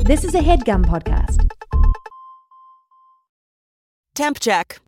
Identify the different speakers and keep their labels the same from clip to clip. Speaker 1: This is a headgum podcast.
Speaker 2: Temp check.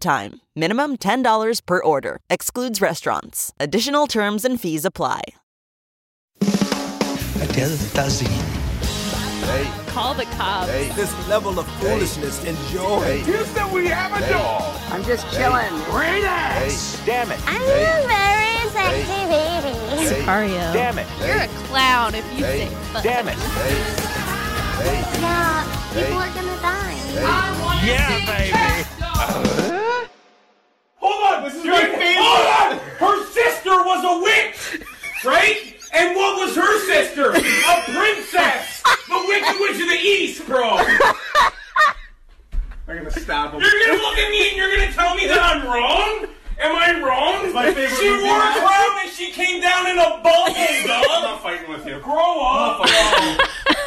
Speaker 2: time. Minimum $10 per order. Excludes restaurants. Additional terms and fees apply.
Speaker 3: Call the cops.
Speaker 4: This level of foolishness, enjoy.
Speaker 5: Houston, we have a dog.
Speaker 6: I'm just chilling.
Speaker 5: Relax. Damn it.
Speaker 7: I'm a various activities.
Speaker 3: Sicario.
Speaker 5: Damn it.
Speaker 3: You're a clown if you say fuck.
Speaker 5: Damn it.
Speaker 7: Now, people are gonna die.
Speaker 5: Yeah, baby.
Speaker 8: Hold on, this is your Hold on! Her sister was a witch, right? And what was her sister? A princess! The Wicked Witch of the East, bro!
Speaker 5: I'm gonna stop him.
Speaker 8: You're gonna look at me and you're gonna tell me that I'm wrong? Am I wrong?
Speaker 5: my favorite
Speaker 8: she
Speaker 5: movie.
Speaker 8: wore a crown and she came down in a bubble,
Speaker 5: I'm
Speaker 8: dog!
Speaker 5: not fighting with you.
Speaker 8: Grow up!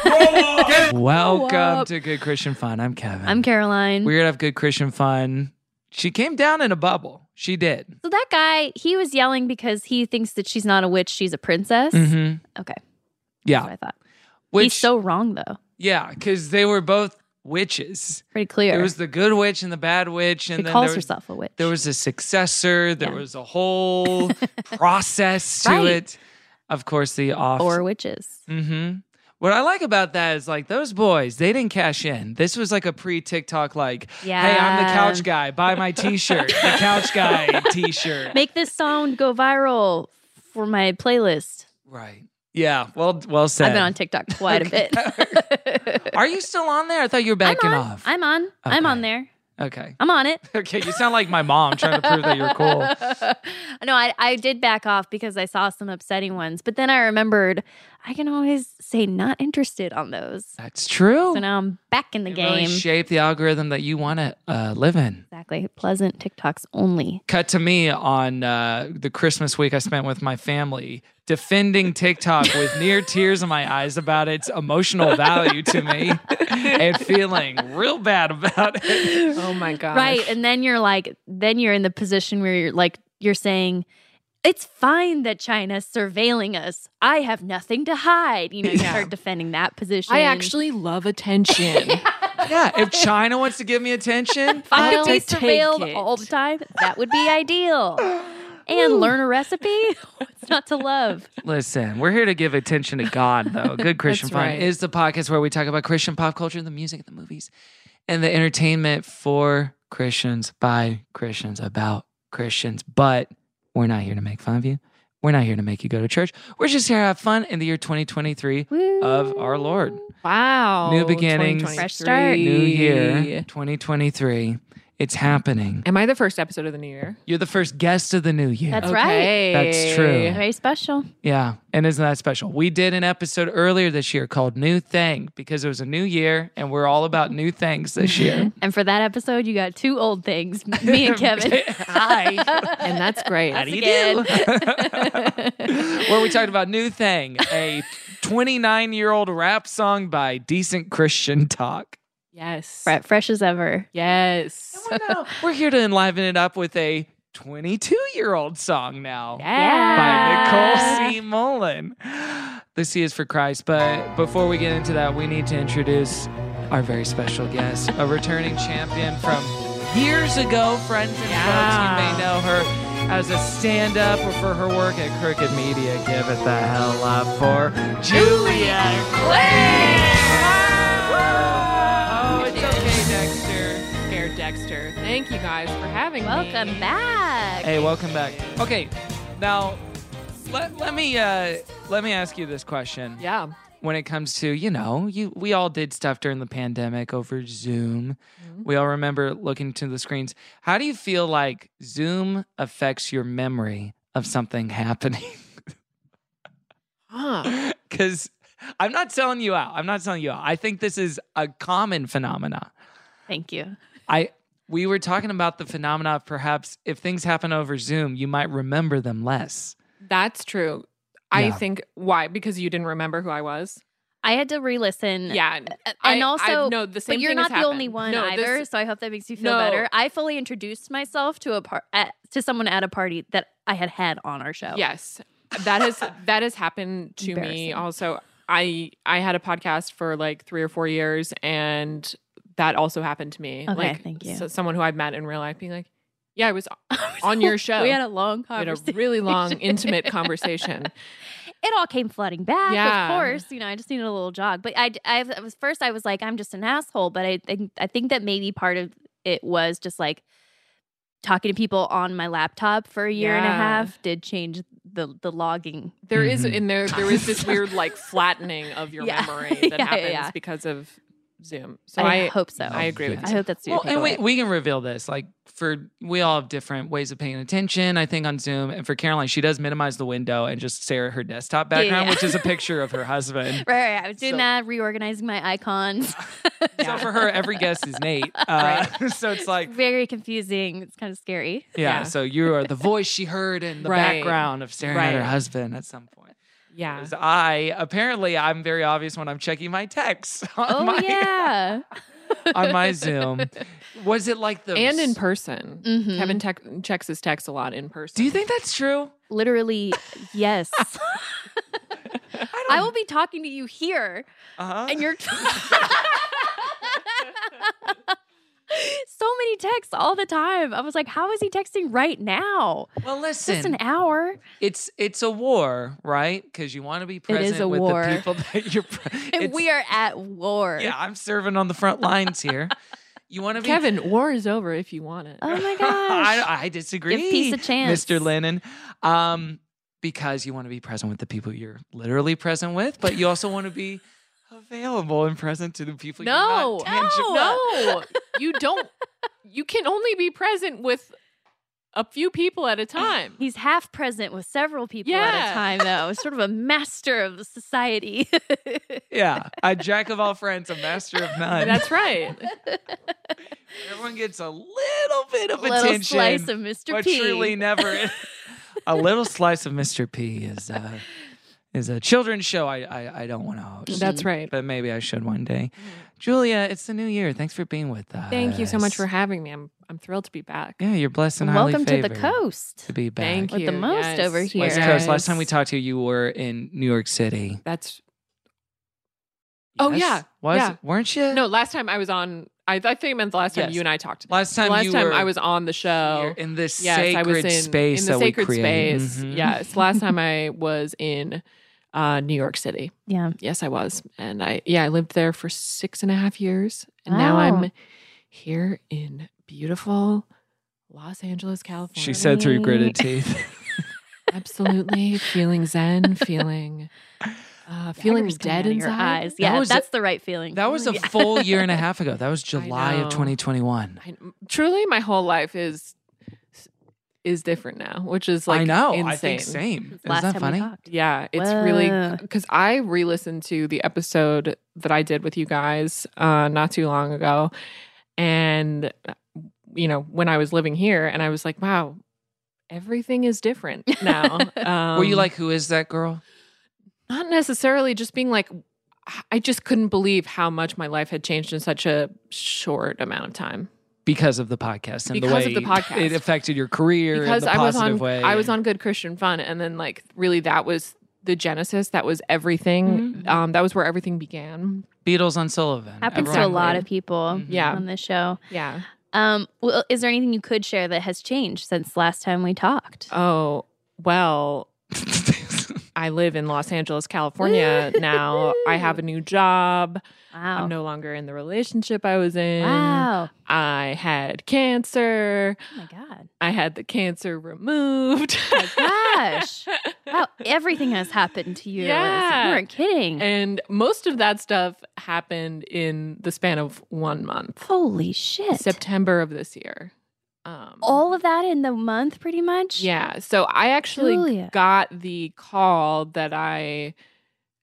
Speaker 8: Grow up!
Speaker 9: Welcome
Speaker 3: up.
Speaker 9: to Good Christian Fun. I'm Kevin.
Speaker 3: I'm Caroline.
Speaker 9: We're gonna have Good Christian Fun. She came down in a bubble. She did.
Speaker 3: so that guy, he was yelling because he thinks that she's not a witch, she's a princess.
Speaker 9: Mm-hmm.
Speaker 3: Okay, that's what
Speaker 9: Yeah.
Speaker 3: I thought.
Speaker 9: Which,
Speaker 3: He's so wrong though.
Speaker 9: yeah, because they were both witches.
Speaker 3: Pretty clear.
Speaker 9: There was the good witch and the bad witch, and
Speaker 3: she
Speaker 9: then
Speaker 3: calls
Speaker 9: there,
Speaker 3: herself a witch.
Speaker 9: there was a successor. There
Speaker 3: Yeah.
Speaker 9: was a whole process to
Speaker 3: Right.
Speaker 9: it. Of course, the off.
Speaker 3: four witches.
Speaker 9: hmm What I like about that is like those boys, they didn't cash in. This was like a pre TikTok, like, hey, I'm the
Speaker 3: Yeah.
Speaker 9: couch guy. Buy my t shirt, the couch guy t shirt.
Speaker 3: Make this song go viral for my playlist.
Speaker 9: Right. Yeah. Well, well said.
Speaker 3: I've been on TikTok quite
Speaker 9: Okay.
Speaker 3: a bit.
Speaker 9: Are you still on there? I thought you were
Speaker 3: I'm
Speaker 9: backing
Speaker 3: on.
Speaker 9: off.
Speaker 3: I'm on. I'm
Speaker 9: Okay.
Speaker 3: on there.
Speaker 9: okay.
Speaker 3: I'm on it.
Speaker 9: Okay. You sound like my mom trying to prove that you're cool.
Speaker 3: no, I, I did back off because I saw some upsetting ones, but then I remembered I can always say not interested on those.
Speaker 9: That's true.
Speaker 3: So now I'm back in the
Speaker 9: You really
Speaker 3: game.
Speaker 9: shape the algorithm that you want to uh, live in.
Speaker 3: exactly. Pleasant TikToks only.
Speaker 9: Cut to me on uh, the Christmas week I spent with my family defending TikTok with near tears in my eyes about its emotional value to me and feeling real bad about it.
Speaker 10: Oh my gosh.
Speaker 3: Right. And then you're like, then you're in the position where you're like, you're saying, it's fine that China's surveilling us. I have nothing to hide. You know, you
Speaker 9: Yeah.
Speaker 3: start defending that position.
Speaker 10: I actually love attention.
Speaker 9: Yeah, if China wants to give me attention,
Speaker 3: If I
Speaker 10: I'll
Speaker 3: could be
Speaker 10: take
Speaker 3: surveilled
Speaker 10: it.
Speaker 3: all the time. That would be ideal. And learn a recipe. What's not to love?
Speaker 9: Listen, we're here to give attention to God, though. Good Christian
Speaker 10: That's
Speaker 9: Fun
Speaker 10: right.
Speaker 9: is the podcast where we talk about Christian pop culture, the music, the movies, and the entertainment for Christians, by Christians, about Christians. But we're not here to make fun of you. We're not here to make you go to church. We're just here to have fun in the year 2023 of our Lord.
Speaker 10: wow.
Speaker 9: New beginnings.
Speaker 10: 2023.
Speaker 3: Fresh start.
Speaker 9: New year 2023. It's happening.
Speaker 10: Am I the first episode of the new year?
Speaker 9: You're the first guest of the new year.
Speaker 3: That's right.
Speaker 9: That's true.
Speaker 3: Very special.
Speaker 9: Yeah. And isn't that special? We did an episode earlier this year called New Thing because it was a new year and we're all about new things this year.
Speaker 3: And for that episode, you got two old things me and Kevin.
Speaker 9: Hi.
Speaker 10: And that's great.
Speaker 9: How do you
Speaker 3: Again.
Speaker 9: do? Where we talked about New Thing, a 29 year old rap song by Decent Christian Talk.
Speaker 10: yes.
Speaker 3: Fre- Fresh as ever.
Speaker 10: Yes.
Speaker 9: We're, now- we're here to enliven it up with a 22 year old song now. by
Speaker 3: Yeah.
Speaker 9: Nicole C. Mullen. The C is for Christ. But before we get into that, we need to introduce our very special guest, a returning champion from years ago, friends and folks. You may know her as a stand up or for her work at Crooked Media. Give it the hell up for Julia Clare. Oh, it's okay, Dexter.
Speaker 10: Fair Dexter. Thank you guys for having me.
Speaker 3: Welcome back.
Speaker 9: Hey, welcome back. Okay, now let, let me uh, let me ask you this question.
Speaker 10: Yeah.
Speaker 9: when it comes to you know you we all did stuff during the pandemic over zoom we all remember looking to the screens how do you feel like zoom affects your memory of something happening
Speaker 10: Huh.
Speaker 9: because I'm not selling you out. I'm not selling you out. I think this is a common phenomena.
Speaker 3: Thank you.
Speaker 9: I we were talking about the phenomena of perhaps if things happen over Zoom, you might remember them less.
Speaker 10: That's true. I
Speaker 9: Yeah.
Speaker 10: think why? Because you didn't remember who I was.
Speaker 3: I had to re-listen.
Speaker 10: Yeah.
Speaker 3: and
Speaker 10: I-
Speaker 3: also-
Speaker 10: I, no, the same
Speaker 3: but you're
Speaker 10: thing
Speaker 3: not
Speaker 10: has
Speaker 3: the only
Speaker 10: happened.
Speaker 3: one
Speaker 10: No, this-
Speaker 3: either, so I hope that makes you feel
Speaker 10: No.
Speaker 3: better. I fully introduced myself to a par- at, to someone at a party that I had had on our show.
Speaker 10: Yes. That has that has happened to
Speaker 3: Oh.
Speaker 10: me
Speaker 3: Embarrassing.
Speaker 10: also. I I had a podcast for like 3 or 4 years and that also happened to me.
Speaker 3: Okay,
Speaker 10: like
Speaker 3: thank you.
Speaker 10: so- someone who I'd met in real life being like, "Yeah, I was on your show."
Speaker 3: we had a long
Speaker 10: We had a
Speaker 3: conversation.
Speaker 10: really long intimate conversation.
Speaker 3: it all came flooding back.
Speaker 10: Yeah.
Speaker 3: Of course, you know, I just needed a little jog. But I, I was first, I was like, I'm just an asshole. But I think, I think that maybe part of it was just like talking to people on my laptop for a year and a
Speaker 10: Yeah.
Speaker 3: half did change the the logging.
Speaker 10: There is
Speaker 9: Mhm.
Speaker 10: in there there is this weird like flattening of your
Speaker 3: Yeah.
Speaker 10: memory that
Speaker 3: Yeah, yeah,
Speaker 10: happens
Speaker 3: yeah.
Speaker 10: because of Zoom. So
Speaker 3: I,
Speaker 10: I
Speaker 3: hope so.
Speaker 10: I agree with
Speaker 3: I
Speaker 10: you.
Speaker 3: hope that's
Speaker 9: Well,
Speaker 3: what
Speaker 9: and
Speaker 3: you're
Speaker 9: we, we can reveal this. Like for we all have different ways of paying attention, I think, on Zoom. And for Caroline, she does minimize the window and just stare at her desktop
Speaker 3: Yeah, yeah,
Speaker 9: background,
Speaker 3: yeah.
Speaker 9: which is a picture of her husband.
Speaker 3: Right, right. I was doing
Speaker 9: So-
Speaker 3: that, reorganizing my icons.
Speaker 9: So for her, every guest is Nate. Uh, so it's like
Speaker 3: Very confusing. It's kind of scary.
Speaker 9: Yeah,
Speaker 10: Yeah.
Speaker 9: So you are the voice she heard in the
Speaker 10: Right.
Speaker 9: background of staring at her
Speaker 10: Right.
Speaker 9: husband at some point.
Speaker 10: yeah.
Speaker 9: Because I apparently I'm very obvious when I'm checking my texts on
Speaker 3: Oh
Speaker 9: my
Speaker 3: yeah.
Speaker 9: on my Zoom. Was it like the
Speaker 10: And in person.
Speaker 3: Mhm.
Speaker 10: Kevin tech checks his text a lot in person.
Speaker 9: Do you think that's true?
Speaker 3: Literally, yes. I will be talking to you here.
Speaker 9: Uh-huh.
Speaker 3: and you're so many texts all the time. I was like, how is he texting right now?
Speaker 9: well,
Speaker 3: It's
Speaker 9: listen,
Speaker 3: just an hour.
Speaker 9: it's it's a war, right? Because you want to be present
Speaker 3: a
Speaker 9: with
Speaker 3: war.
Speaker 9: the people that you're. Pre-
Speaker 3: And
Speaker 9: it's-
Speaker 3: we are at war.
Speaker 9: Yeah, I'm serving on the front lines here. You want to be
Speaker 10: Kevin, war is over if you want it.
Speaker 3: Oh my
Speaker 9: I,
Speaker 3: gosh.
Speaker 9: I disagree.
Speaker 3: peace a chance.
Speaker 9: Mr. Lennon. Um, because you want to be present with the people you're literally present with, but you also want to be available and present to the people
Speaker 10: no,
Speaker 9: you're not. tangi-
Speaker 10: no, you don't. You can only be present with a few people at a time.
Speaker 3: He's half present with several people at
Speaker 10: Yeah.
Speaker 3: a time, though. Sort of a master of society.
Speaker 9: Yeah, a jack of all friends, a master of none.
Speaker 10: That's right.
Speaker 9: Everyone gets a little bit of
Speaker 3: Little
Speaker 9: attention,
Speaker 3: slice of Mr.
Speaker 9: but
Speaker 3: P.
Speaker 9: truly never. a little slice of Mr. P is uh, is a children's show. I I, I don't want to host.
Speaker 10: That's right.
Speaker 9: but maybe I should one day. Julia, it's the new year. Thanks for being with us.
Speaker 10: Thank you so much for having me. I'm I'm thrilled to be back.
Speaker 9: Yeah, you're blessed and highly
Speaker 3: Welcome to the
Speaker 9: favored
Speaker 3: coast.
Speaker 9: to be back.
Speaker 10: Thank
Speaker 3: With
Speaker 10: you.
Speaker 3: the most over here.
Speaker 9: West Coast. Last time we talked to you, you were in New York City.
Speaker 10: That's Oh, yeah.
Speaker 9: was
Speaker 10: Yeah.
Speaker 9: weren't you?
Speaker 10: no. Last time I was on. I, I think I meant the last time
Speaker 9: Yes.
Speaker 10: you and I talked.
Speaker 9: Last time,
Speaker 10: last
Speaker 9: you
Speaker 10: time
Speaker 9: were
Speaker 10: I was on the
Speaker 9: here
Speaker 10: show.
Speaker 9: in this
Speaker 10: Yes,
Speaker 9: sacred
Speaker 10: I was in,
Speaker 9: space
Speaker 10: in
Speaker 9: that
Speaker 10: the sacred
Speaker 9: we create.
Speaker 10: space.
Speaker 9: Mhm.
Speaker 10: Yes, last time I was in uh, New York City.
Speaker 3: Yeah.
Speaker 10: Yes, I was, and I yeah I lived there for six and a half years, and now
Speaker 3: Wow.
Speaker 9: Oh.
Speaker 10: I'm here in beautiful Los Angeles, California.
Speaker 9: She said through gritted teeth.
Speaker 10: absolutely feeling zen, feeling uh, feeling dead
Speaker 3: in your
Speaker 10: inside.
Speaker 3: eyes.
Speaker 9: That
Speaker 3: Yeah,
Speaker 9: was a-
Speaker 3: that's the right feeling.
Speaker 9: That was a
Speaker 3: Yeah.
Speaker 9: full year and a half ago. That was July of
Speaker 10: know.
Speaker 9: 2021.
Speaker 10: I, truly, my whole life is is different now, which is like
Speaker 9: I know.
Speaker 10: Insane.
Speaker 9: I think same. Isn't
Speaker 3: Last
Speaker 9: that
Speaker 3: time
Speaker 9: funny?
Speaker 3: we talked.
Speaker 10: Yeah, it's really
Speaker 3: Whoa.
Speaker 10: because I re listened to the episode that I did with you guys uh, not too long ago. And, uh, you know, when I was living here, and I was like, wow, everything is different now. Um,
Speaker 9: Were you like, who is that girl?
Speaker 10: not necessarily just being like, I just couldn't believe how much my life had changed in such a short amount of time.
Speaker 9: Because of the podcast and the
Speaker 10: Because
Speaker 9: way
Speaker 10: of the podcast.
Speaker 9: it affected your career
Speaker 10: because
Speaker 9: in the
Speaker 10: I was
Speaker 9: positive
Speaker 10: on
Speaker 9: way.
Speaker 10: I was on Good Christian Fun, and then like really that was the genesis. That was everything. Um, that was where everything began.
Speaker 9: Beatles on Sullivan.
Speaker 3: Happens to a
Speaker 9: Everyone- Mm-hmm.
Speaker 3: lot of people
Speaker 10: Yeah.
Speaker 3: on this show.
Speaker 10: Yeah.
Speaker 3: Um, well, is there anything you could share that has changed since last time we talked?
Speaker 9: Uh,
Speaker 10: Oh well, I live in Los Angeles, California now. I have a new job.
Speaker 3: Wow.
Speaker 10: I'm no longer in the relationship I was in.
Speaker 3: wow.
Speaker 10: I had cancer.
Speaker 3: Oh my God.
Speaker 10: I had the cancer removed.
Speaker 3: Oh Gosh. wow. Everything has happened to you. It's like,
Speaker 10: Yeah.
Speaker 3: you weren't kidding.
Speaker 10: and most of that stuff happened in the span of one month.
Speaker 3: Holy shit.
Speaker 10: September of this year. Um,
Speaker 3: All of that in the month, pretty much?
Speaker 10: yeah. So I actually
Speaker 3: Julia.
Speaker 10: got the call that I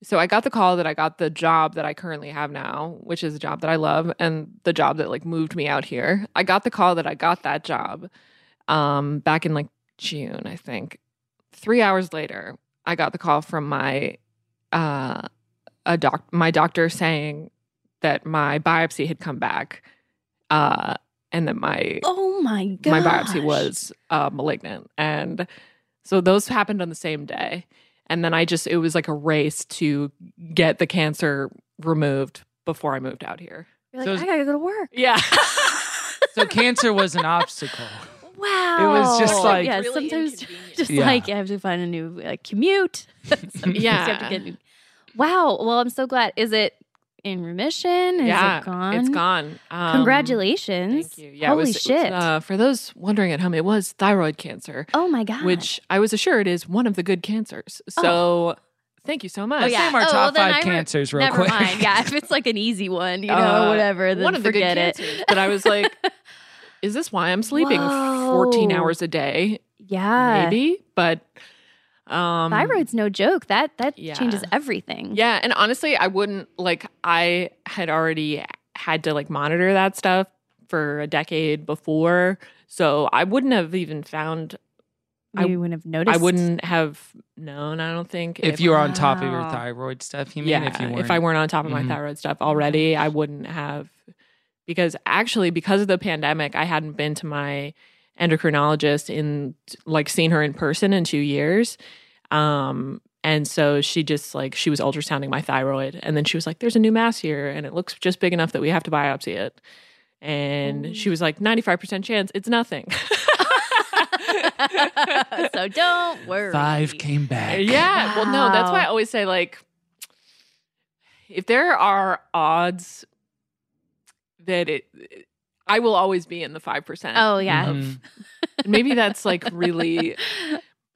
Speaker 10: so I got the call that I got the job that I currently have now, which is a job that I love and the job that like moved me out here. I got the call that I got that job um back in like June, I think. 3 hours later, I got the call from my uh a doc my doctor saying that my biopsy had come back uh and that my
Speaker 3: Oh my god.
Speaker 10: my biopsy was uh, malignant and so those happened on the same day and then i just it was like a race to get the cancer removed before i moved out here
Speaker 3: You're like,
Speaker 9: So-
Speaker 3: I gotta go to work.
Speaker 10: yeah
Speaker 9: So cancer was an obstacle.
Speaker 3: Wow.
Speaker 9: was just like-
Speaker 3: Oh, yeah,
Speaker 10: Really
Speaker 3: sometimes
Speaker 10: inconvenient.
Speaker 3: just
Speaker 9: Yeah.
Speaker 3: like I have to find a new like commute. Sometimes you have to
Speaker 10: Yeah.
Speaker 3: get new- Wow. Well, I'm so glad. Is it in remission? Is
Speaker 10: yeah
Speaker 3: it gone?
Speaker 10: it's gone Um,
Speaker 3: Congratulations.
Speaker 10: thank you yeah it
Speaker 3: Holy
Speaker 10: was- it was,
Speaker 3: shit.
Speaker 10: uh, for those wondering at home it was thyroid cancer
Speaker 3: oh my god.
Speaker 10: which i was assured is one of the good cancers so thank you so much
Speaker 3: Oh, yeah.
Speaker 9: Name our
Speaker 3: Oh, well,
Speaker 9: top
Speaker 3: then
Speaker 9: five
Speaker 3: I re-
Speaker 9: cancers real
Speaker 3: Never
Speaker 9: quick.
Speaker 3: mind. Yeah, if it's like an easy one, you know,
Speaker 10: Uh,
Speaker 3: whatever, then
Speaker 10: one of the good
Speaker 3: forget
Speaker 10: cancers
Speaker 3: it.
Speaker 10: that I was like, is this why I'm sleeping 14
Speaker 3: Whoa.
Speaker 10: hours a day?
Speaker 3: yeah.
Speaker 10: Maybe, but um
Speaker 3: Thyroid's no joke. That that
Speaker 10: yeah.
Speaker 3: changes everything.
Speaker 10: Yeah, and honestly, I wouldn't like I had already had to like monitor that stuff for a decade before, so I wouldn't have even found I-
Speaker 3: You wouldn't have noticed.
Speaker 10: I wouldn't have known, I don't think.
Speaker 9: If you were on top of your
Speaker 3: Wow.
Speaker 9: thyroid stuff, you mean
Speaker 10: yeah,
Speaker 9: if you weren't?
Speaker 10: I weren't on top of
Speaker 9: Mhm.
Speaker 10: my thyroid stuff already, I wouldn't have because actually because of the pandemic, I hadn't been to my endocrinologist in like seen her in person in 2 years. Um and so she just like she was ultrasounding my thyroid and then she was like there's a new mass here and it looks just big enough that we have to biopsy it. And she was like 95% chance it's nothing.
Speaker 3: so don't worry.
Speaker 9: Five came back.
Speaker 10: Yeah. Well, no, that's why I
Speaker 3: Wow.
Speaker 10: always say like if there are odds that it I will always be in the 5%.
Speaker 3: Oh yeah.
Speaker 9: Mhm.
Speaker 10: Maybe that's like really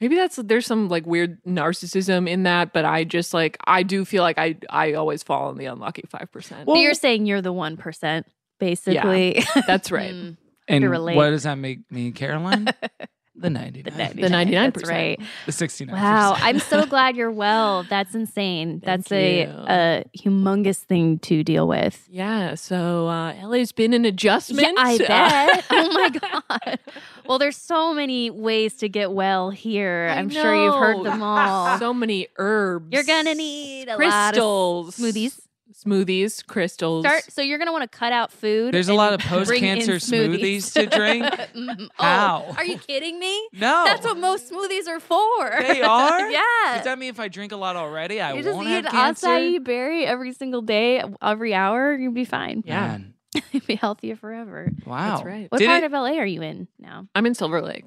Speaker 10: maybe that's there's some like weird narcissism in that, but I just like I do feel like I I always fall in the unlucky 5%.
Speaker 3: But you're saying you're the one percent, basically.
Speaker 10: that's right.
Speaker 3: Mm,
Speaker 9: And
Speaker 3: to relate.
Speaker 9: what does that make me, Caroline? the 99.
Speaker 3: the
Speaker 9: The,
Speaker 3: ninety.
Speaker 10: The 99%.
Speaker 3: That's right.
Speaker 9: 69.
Speaker 3: Wow, I'm so glad you're well. That's insane.
Speaker 10: Thank
Speaker 3: That's a,
Speaker 10: you.
Speaker 3: a humongous thing to deal with.
Speaker 10: Yeah, so uh, LA's been an adjustment.
Speaker 3: I
Speaker 10: Uh,
Speaker 3: bet. oh my god. Well, there's so many ways to get well here.
Speaker 10: I
Speaker 3: I'm sure you've
Speaker 10: know.
Speaker 3: heard them all.
Speaker 10: so many herbs.
Speaker 3: You're gonna need a lot of
Speaker 10: crystals,
Speaker 3: smoothies.
Speaker 10: smoothies, crystals.
Speaker 3: Start. So you're gonna want to cut out food.
Speaker 9: There's a
Speaker 3: and
Speaker 9: lot of
Speaker 3: bring in
Speaker 9: post-cancer smoothies to drink?
Speaker 3: Mm, oh,
Speaker 9: How?
Speaker 3: Are you kidding me?
Speaker 9: No.
Speaker 3: That's what most smoothies are for.
Speaker 9: They are?
Speaker 3: yeah.
Speaker 9: Does that mean if I drink a lot already, I
Speaker 3: you just
Speaker 9: won't
Speaker 3: eat an
Speaker 9: have cancer?
Speaker 3: acai berry every single day, every hour. You'll be fine.
Speaker 10: Yeah.
Speaker 9: Man,
Speaker 3: You'll be healthier forever.
Speaker 9: wow.
Speaker 10: That's right.
Speaker 3: What
Speaker 9: Did
Speaker 3: part
Speaker 9: it-
Speaker 3: of LA are you in now?
Speaker 10: I'm in Silver Lake.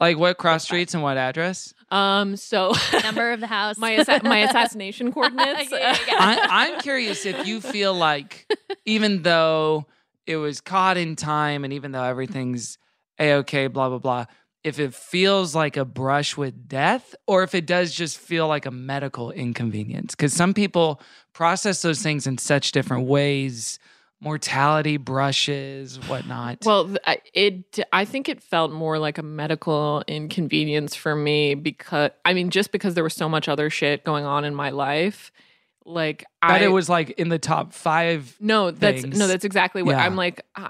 Speaker 9: Like what cross streets and what address?
Speaker 10: Um, so
Speaker 3: Number of the house.
Speaker 10: my assa- my assassination coordinates. uh,
Speaker 3: Yeah, yeah, yeah.
Speaker 9: I, I'm curious if you feel like, even though it was caught in time and even though everything's a okay, blah, blah, blah, if it feels like a brush with death or if it does just feel like a medical inconvenience. Because some people process those things in such different ways mortality, brushes, whatnot.
Speaker 10: Well, th- I- it I think it felt more like a medical inconvenience for me because I mean just because there was so much other shit going on in my life, like
Speaker 9: that
Speaker 10: I
Speaker 9: it was like in the top five.
Speaker 10: No, that's
Speaker 9: things.
Speaker 10: no, that's exactly what
Speaker 9: Yeah.
Speaker 10: I'm like. I,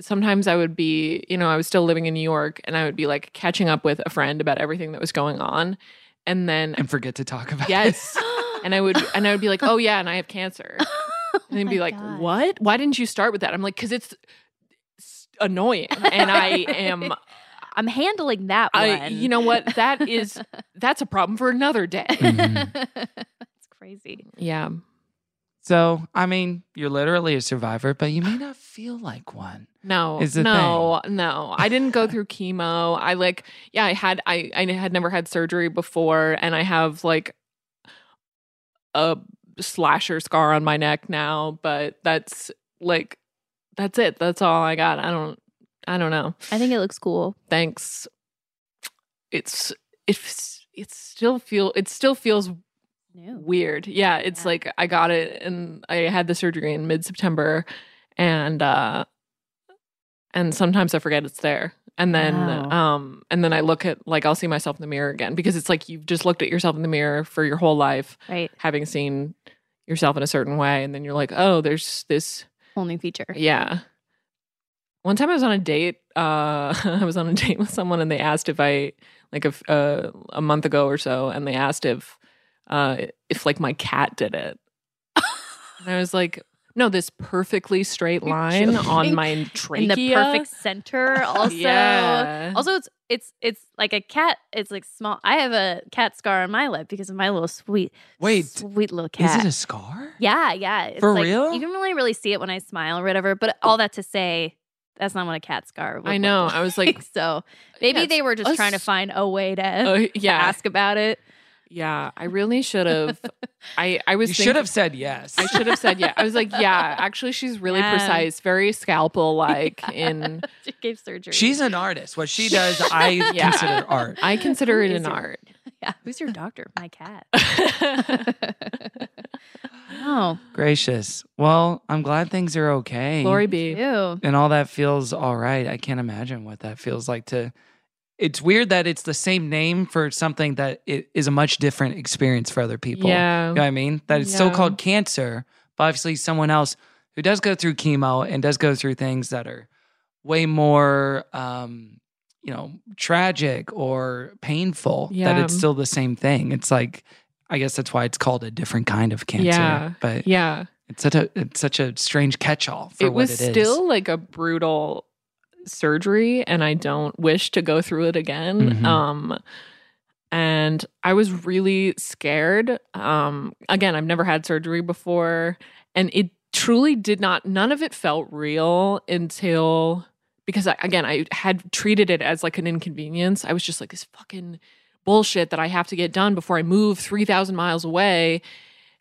Speaker 10: sometimes I would be, you know, I was still living in New York, and I would be like catching up with a friend about everything that was going on, and then
Speaker 9: And forget to talk about
Speaker 10: yes, and I would and I would be like, oh yeah, and I have cancer,
Speaker 9: Oh
Speaker 10: and they'd be
Speaker 3: my
Speaker 10: like,
Speaker 3: God.
Speaker 10: what? Why didn't you start with that? I'm like, because it's s- annoying, and I am.
Speaker 3: I'm handling that one.
Speaker 10: I, you know what? That is that's a problem for another day.
Speaker 9: Mhm.
Speaker 3: That's crazy.
Speaker 10: Yeah.
Speaker 9: So, I mean, you're literally a survivor, but you may not feel like one.
Speaker 10: No,
Speaker 9: is the
Speaker 10: no, no. I didn't go through chemo. I like, yeah, I had, I, I had never had surgery before, and I have like a slasher scar on my neck now. But that's like, that's it. That's all I got. I don't, I don't know.
Speaker 3: I think it looks cool.
Speaker 10: Thanks. It's it's it still feel it still feels
Speaker 3: New.
Speaker 10: weird. Yeah, it's
Speaker 3: Yeah.
Speaker 10: like I got it and I had the surgery in mid September and uh and sometimes I forget it's there. and then
Speaker 3: Wow.
Speaker 10: um and then I look at like I'll see myself in the mirror again because it's like you've just looked at yourself in the mirror for your whole life
Speaker 3: Right.
Speaker 10: having seen yourself in a certain way and then you're like, "Oh, there's this
Speaker 3: Whole new feature.
Speaker 10: yeah. One time I was on a date. Uh, I was on a date with someone, and they asked if I like if uh, a month ago or so, and they asked if uh, if like my cat did it. and I was like, no, this perfectly straight
Speaker 3: You're
Speaker 10: line on
Speaker 3: joking.
Speaker 10: my
Speaker 3: In
Speaker 10: trachea.
Speaker 3: the perfect center. Also,
Speaker 10: Yeah.
Speaker 3: also it's it's it's like a cat. It's like small. I have a cat scar on my lip because of my little sweet
Speaker 9: Wait,
Speaker 3: sweet little
Speaker 9: is
Speaker 3: cat.
Speaker 9: it a scar?
Speaker 3: yeah, yeah. It's
Speaker 9: For
Speaker 3: like,
Speaker 9: real?
Speaker 3: You can really really see it when I smile or whatever. But all that to say, that's not what a cat scar. Would
Speaker 10: I
Speaker 3: look
Speaker 10: know. I was like, uh,
Speaker 3: like, so maybe
Speaker 10: yeah,
Speaker 3: they were just
Speaker 10: a
Speaker 3: trying to
Speaker 10: s-
Speaker 3: find a way to,
Speaker 10: uh,
Speaker 3: to
Speaker 10: yeah,
Speaker 3: ask about it.
Speaker 10: yeah. I really should have. I I was
Speaker 9: You
Speaker 10: thinking-
Speaker 9: should have said yes.
Speaker 10: I should have said yeah. I was like, yeah. Actually, she's really
Speaker 3: Yeah.
Speaker 10: precise, very scalpel like in
Speaker 3: She gave surgery.
Speaker 9: She's an artist. What she does, I
Speaker 10: Yeah.
Speaker 9: consider art.
Speaker 10: I consider it
Speaker 3: Who is
Speaker 10: an
Speaker 3: it?
Speaker 10: art.
Speaker 3: yeah. Who's your doctor? My cat. oh,
Speaker 9: Gracious. Well, I'm glad things are okay.
Speaker 10: Lori B.
Speaker 3: ew.
Speaker 9: and all that feels all right. I can't imagine what that feels like to. It's weird that it's the same name for something that it is a much different experience for other people.
Speaker 10: Yeah.
Speaker 9: You know what I mean? That it's
Speaker 10: Yeah.
Speaker 9: so called cancer, but obviously someone else who does go through chemo and does go through things that are way more, um, you know, tragic or painful,
Speaker 10: Yeah.
Speaker 9: that it's still the same thing. It's like, I guess that's why it's called a different kind of cancer.
Speaker 10: Yeah.
Speaker 9: But
Speaker 10: Yeah.
Speaker 9: it's such a it's such a strange catch all for
Speaker 10: It
Speaker 9: what
Speaker 10: was
Speaker 9: it is.
Speaker 10: still like a brutal surgery and I don't wish to go through it again.
Speaker 9: Mhm.
Speaker 10: Um and I was really scared. Um again, I've never had surgery before and it truly did not none of it felt real until because I, again I had treated it as like an inconvenience. I was just like this fucking bullshit that I have to get done before I move 3000 miles away.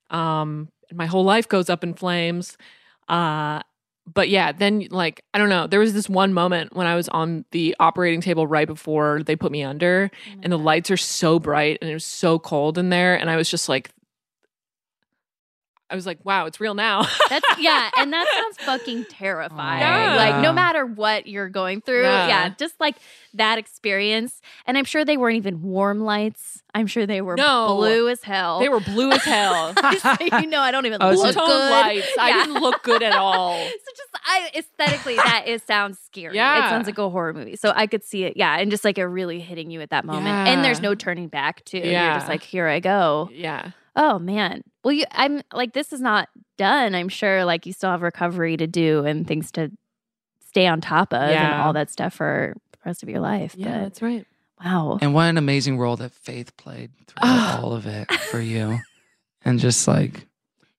Speaker 10: Um and my whole life goes up in flames. Uh but yeah, then like I don't know, there was this one moment when I was on the operating table right before they put me under and the lights are so bright and it was so cold in there and I was just like I was like, wow, it's real now.
Speaker 3: That's yeah, and that sounds fucking terrifying.
Speaker 10: Yeah.
Speaker 3: Like no matter what you're going through,
Speaker 10: Yeah.
Speaker 3: yeah. just like that experience. And I'm sure they weren't even warm lights. I'm sure they were
Speaker 10: No.
Speaker 3: blue as hell.
Speaker 10: They were blue as hell.
Speaker 3: Just so you know, I don't even
Speaker 9: I was
Speaker 3: look
Speaker 10: Low-tone
Speaker 3: good.
Speaker 10: lights. I
Speaker 3: Yeah.
Speaker 10: didn't look good at all.
Speaker 3: so just I aesthetically that is sounds scary.
Speaker 10: Yeah.
Speaker 3: It sounds like a horror movie. So I could see it, yeah, and just like it really hitting you at that moment. And there's
Speaker 10: Yeah.
Speaker 3: no turning back too. You're
Speaker 10: Yeah.
Speaker 3: just like, here I go.
Speaker 10: Yeah.
Speaker 3: Oh man. Well you I'm like this is not done. I'm sure like you still have recovery to do and things to stay on top of and
Speaker 10: Yeah.
Speaker 3: all that stuff for the rest of your life.
Speaker 10: Yeah,
Speaker 3: But
Speaker 10: that's right.
Speaker 3: wow.
Speaker 9: And what an amazing role that Faith played throughout
Speaker 10: Ugh.
Speaker 9: all of it for you. and just like,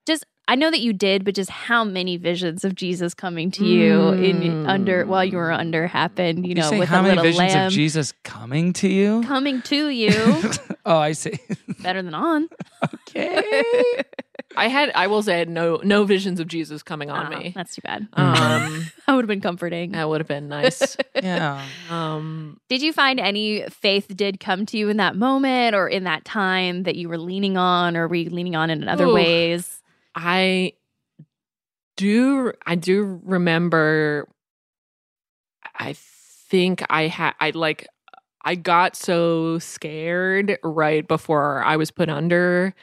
Speaker 3: Just I know that you did, but just how many visions of Jesus coming to you in under while you were under happened, you
Speaker 9: Mm. you,
Speaker 3: know,
Speaker 9: say
Speaker 3: with
Speaker 9: how
Speaker 3: a
Speaker 9: many
Speaker 3: little
Speaker 9: visions
Speaker 3: lamb
Speaker 9: of Jesus coming to you?
Speaker 3: coming to you.
Speaker 9: oh, I see.
Speaker 3: better than on.
Speaker 9: okay.
Speaker 10: I had I will say I had no no visions of Jesus coming on
Speaker 3: Oh,
Speaker 10: me.
Speaker 3: That's too bad.
Speaker 9: Uh.
Speaker 10: Um
Speaker 3: That would have been comforting.
Speaker 10: that would have been nice.
Speaker 9: Yeah.
Speaker 10: Um
Speaker 3: Did you find any faith did come to you in that moment or in that time that you were leaning on or were you leaning on in other
Speaker 10: Ooh.
Speaker 3: ways?
Speaker 10: I do I do remember I think I had I like I got so scared right before I was put under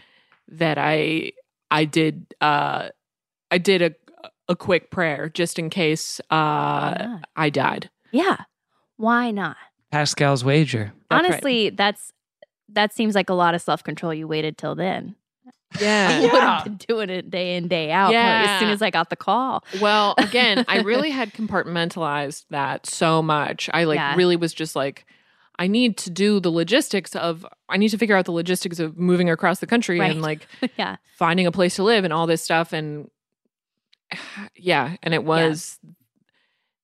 Speaker 10: that I I did uh I did a a quick prayer just in case uh
Speaker 3: Why not?
Speaker 10: I died.
Speaker 3: yeah. Why not?
Speaker 9: Pascal's wager.
Speaker 10: That's right.
Speaker 3: Honestly, that's that seems like a lot of self control. You waited till then.
Speaker 10: Yeah.
Speaker 3: I would have been doing it day in, day out. probably
Speaker 10: Yeah.
Speaker 3: As soon as I got the call.
Speaker 10: Well, again, I really had compartmentalized that so much. I like
Speaker 3: Yeah.
Speaker 10: really was just like, I need to do the logistics of, I need to figure out the logistics of moving across the country
Speaker 3: Right.
Speaker 10: and like
Speaker 3: yeah.
Speaker 10: finding a place to live and all this stuff. And yeah, and it was,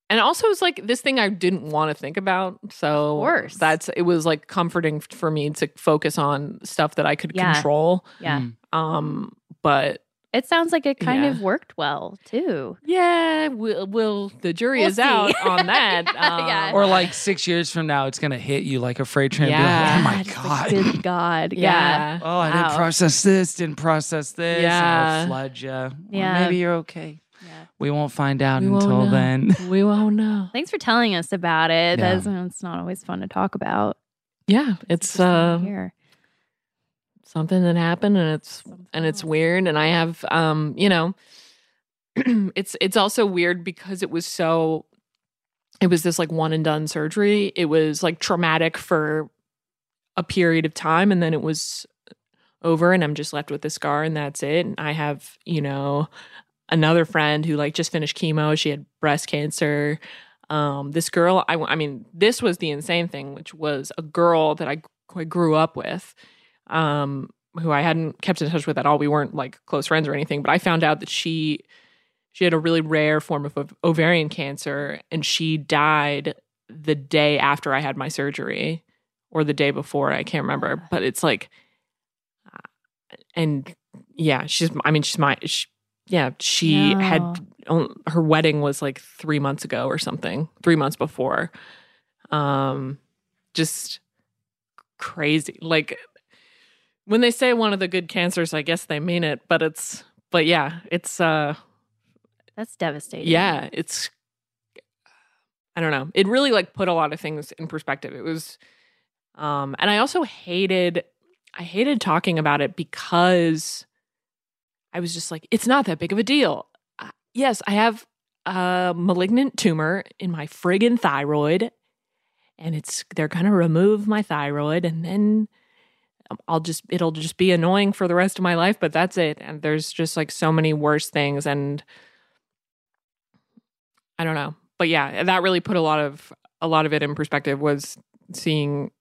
Speaker 10: and also it's like this thing I didn't want to think about. So
Speaker 3: course.
Speaker 10: that's, it was like comforting f- for me to focus on stuff that I could
Speaker 3: Yeah.
Speaker 10: control.
Speaker 3: Yeah.
Speaker 9: Mm.
Speaker 10: Um, but
Speaker 3: It sounds like it kind
Speaker 10: Yeah.
Speaker 3: of worked well too.
Speaker 10: Yeah, we'll, we'll the jury
Speaker 3: We'll
Speaker 10: is
Speaker 3: see.
Speaker 10: out on that.
Speaker 3: Yeah, yeah.
Speaker 10: um,
Speaker 9: Or like six years from now, it's going to hit you like a freight train.
Speaker 10: Yeah.
Speaker 9: And be
Speaker 3: It's
Speaker 9: like, oh my
Speaker 3: like,
Speaker 9: God.
Speaker 3: Good God. yeah.
Speaker 10: yeah.
Speaker 9: Oh, I
Speaker 3: Wow.
Speaker 9: didn't process this, didn't process this. and
Speaker 10: Yeah.
Speaker 9: I'll flood you.
Speaker 3: Yeah.
Speaker 9: maybe you're okay.
Speaker 3: Yeah.
Speaker 9: We won't find out
Speaker 10: We won't
Speaker 9: until
Speaker 10: know.
Speaker 9: then.
Speaker 10: We won't know.
Speaker 3: Thanks for telling us about it.
Speaker 9: Yeah.
Speaker 3: That's, it's not always fun to talk about.
Speaker 10: Yeah, it's uh
Speaker 3: here.
Speaker 10: something that happened and it's and it's weird and I have um, you know, it's it's also weird because it was so it was this like one and done surgery. It was like traumatic for a period of time and then it was over and I'm just left with the scar and that's it. And I have, you know, another friend who like just finished chemo. She had breast cancer. Um, this girl, I, I mean, this was the insane thing, which was a girl that I, I grew up with, um, who I hadn't kept in touch with at all. We weren't like close friends or anything, but I found out that she, she had a really rare form of ov- ovarian cancer and she died the day after I had my surgery or the day before. I can't remember, but it's like, uh, and yeah, she's, I mean, she's my, she, yeah, she had
Speaker 3: No.
Speaker 10: on- her wedding was like three months ago or something, three months before. Um, just crazy. Like when they say one of the good cancers, I guess they mean it. But it's, but yeah, it's, uh,
Speaker 3: That's devastating.
Speaker 10: yeah, it's. I don't know. It really like put a lot of things in perspective. It was, um, and I also hated, I hated talking about it because I was just like, it's not that big of a deal. Uh, yes, I have a malignant tumor in my friggin' thyroid, and it's they're gonna remove my thyroid, and then um, I'll just it'll just be annoying for the rest of my life. But that's it. And there's just like so many worse things, and I don't know. But yeah, that really put a lot of a lot of it in perspective was seeing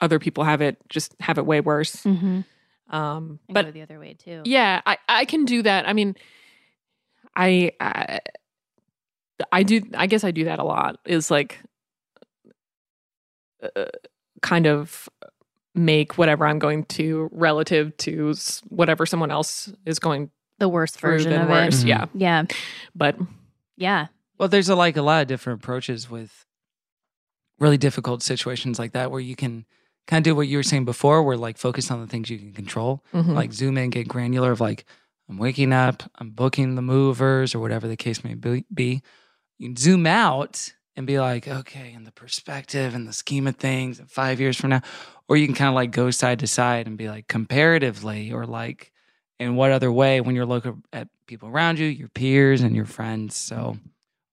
Speaker 10: other people have it just have it way worse.
Speaker 3: Mm-hmm.
Speaker 10: Um
Speaker 3: And
Speaker 10: but
Speaker 3: go the other way too.
Speaker 10: yeah, I I can do that. I mean I I, I do I guess I do that a lot is like uh, kind of make whatever I'm going to relative to s- whatever someone else is going
Speaker 3: The worst
Speaker 10: through
Speaker 3: version
Speaker 10: than
Speaker 3: of
Speaker 10: worse.
Speaker 9: Mhm.
Speaker 10: Yeah.
Speaker 3: it. Yeah.
Speaker 10: But
Speaker 3: Yeah.
Speaker 9: Well, there's a, like a lot of different approaches with really difficult situations like that where you can kind of do what you were saying before, where like focus on the things you can control,
Speaker 3: Mm-hmm.
Speaker 10: mhm.
Speaker 9: like zoom in, get granular of like, I'm waking up, I'm booking the movers or whatever the case may be- be. You can zoom out and be like, okay, in the perspective and the scheme of things, and five years from now, or you can kind of like go side to side and be like comparatively or like in what other way when you're looking at people around you, your peers and your friends. So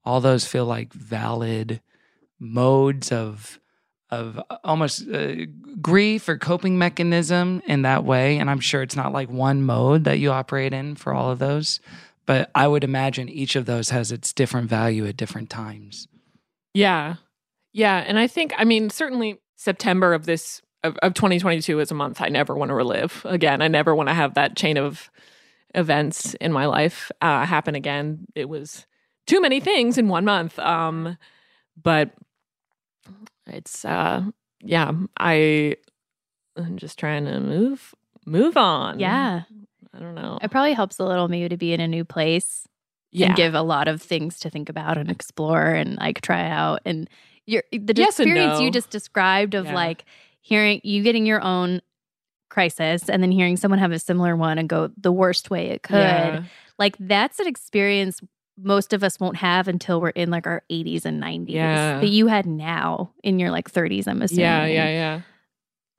Speaker 9: all those feel like valid modes of of almost uh, grief or coping mechanism in that way and i'm sure it's not like one mode that you operate in for all of those but i would imagine each of those has its different value at different times
Speaker 10: Yeah. Yeah. And I think, I mean, certainly September of this, of, of 2022 is a month I never want to relive again. I never want to have that chain of events in my life uh, happen again. It was too many things in one month. Um, but it's, uh, yeah, I, I'm just trying to move, move on.
Speaker 3: Yeah.
Speaker 10: I don't know.
Speaker 3: It probably helps a little maybe to be in a new place
Speaker 10: Yeah.
Speaker 3: and give a lot of things to think about and explore and like try out and your the
Speaker 10: Yes and
Speaker 3: experience
Speaker 10: no.
Speaker 3: you just described of
Speaker 10: Yeah.
Speaker 3: like hearing you getting your own crisis and then hearing someone have a similar one and go the worst way it could.
Speaker 10: Yeah.
Speaker 3: Like that's an experience most of us won't have until we're in like our 80s and 90s
Speaker 10: Yeah.
Speaker 3: that you had now in your like 30s I'm assuming.
Speaker 10: Yeah. Yeah. Yeah.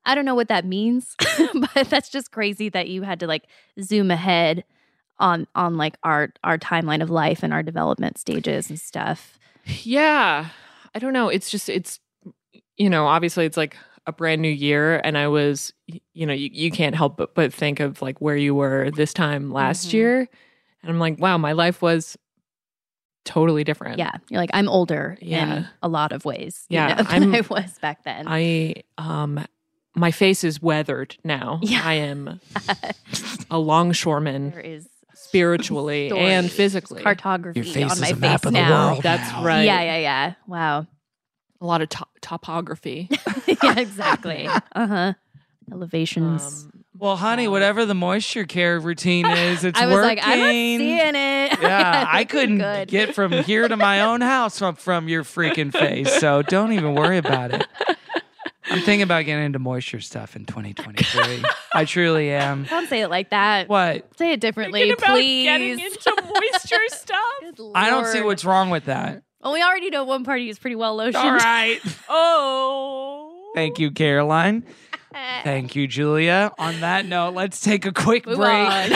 Speaker 3: I don't know what that means, but that's just crazy that you had to like zoom ahead on on like our our timeline of life and our development stages and stuff.
Speaker 10: Yeah. I don't know. It's just it's you know, obviously it's like a brand new year and I was y- you know, you, you can't help but, but think of like where you were this time last
Speaker 3: Mhm.
Speaker 10: year. And I'm like, wow, my life was totally different.
Speaker 3: Yeah, you're like I'm older
Speaker 10: Yeah.
Speaker 3: in a lot of ways. you know,
Speaker 10: Yeah,
Speaker 3: than
Speaker 10: I'm-
Speaker 3: I was back then.
Speaker 10: I um my face is weathered now.
Speaker 3: Yeah.
Speaker 10: I am a
Speaker 3: there
Speaker 10: longshoreman
Speaker 3: is
Speaker 10: spiritually and
Speaker 3: stories,
Speaker 10: physically.
Speaker 3: cartography
Speaker 9: your face
Speaker 3: on
Speaker 9: is
Speaker 3: my
Speaker 9: a
Speaker 3: face
Speaker 9: map of the
Speaker 3: now.
Speaker 9: world
Speaker 10: That's
Speaker 9: now.
Speaker 10: right.
Speaker 3: Yeah, yeah, yeah. Wow.
Speaker 10: A lot of to- topography.
Speaker 3: yeah, exactly. Uh huh. Elevations.
Speaker 10: Um,
Speaker 9: well honey whatever the moisture care routine is it's
Speaker 3: I was
Speaker 9: working
Speaker 3: like, I'm not seeing it.
Speaker 9: yeah, I
Speaker 3: this is
Speaker 9: couldn't
Speaker 3: good.
Speaker 9: get from here to my own house from, from your freaking face. So don't even worry about it. I'm thinking about getting into moisture stuff in 2023. I truly am.
Speaker 3: Don't say it like that.
Speaker 9: What?
Speaker 3: Say it differently,
Speaker 10: Thinking about
Speaker 3: please.
Speaker 10: getting into waste your stuff.
Speaker 3: Good
Speaker 9: I don't see
Speaker 3: Lord.
Speaker 9: what's wrong with that.
Speaker 3: Well, we already know one party is pretty well lotioned.
Speaker 9: All right.
Speaker 10: Oh.
Speaker 9: Thank you, Caroline. Thank you, Julia. On that note, let's take a quick
Speaker 3: Move
Speaker 9: break
Speaker 3: on.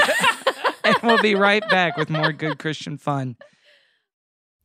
Speaker 9: and we'll be right back with more good Christian fun.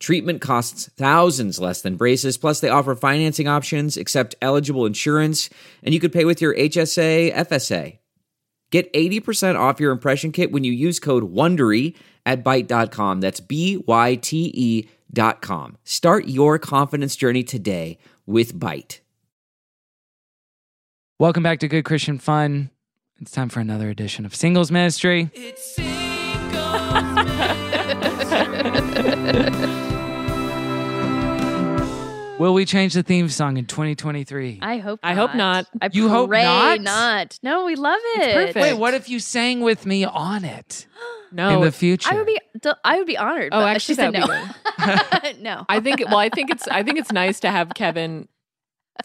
Speaker 11: Treatment costs thousands less than braces, plus, they offer financing options, accept eligible insurance, and you could pay with your HSA, FSA. Get 80% off your impression kit when you use code WONDERY at Byte.com. That's B-Y-T-E dot com. Start your confidence journey today with Byte.
Speaker 9: Welcome back to Good Christian Fun. It's time for another edition of Singles Ministry. Will we change the theme song in 2023?
Speaker 3: I hope. Not.
Speaker 10: I hope not.
Speaker 3: I
Speaker 9: You hope
Speaker 3: pray
Speaker 9: not?
Speaker 3: No, we love it.
Speaker 10: perfect.
Speaker 9: Wait, what if you sang with me on it
Speaker 10: No.
Speaker 9: in the future?
Speaker 3: I would be. I would be honored.
Speaker 10: Oh,
Speaker 3: but
Speaker 10: actually,
Speaker 3: she said
Speaker 10: that
Speaker 3: no. no.
Speaker 10: I think. Well, I think it's. I think it's nice to have Kevin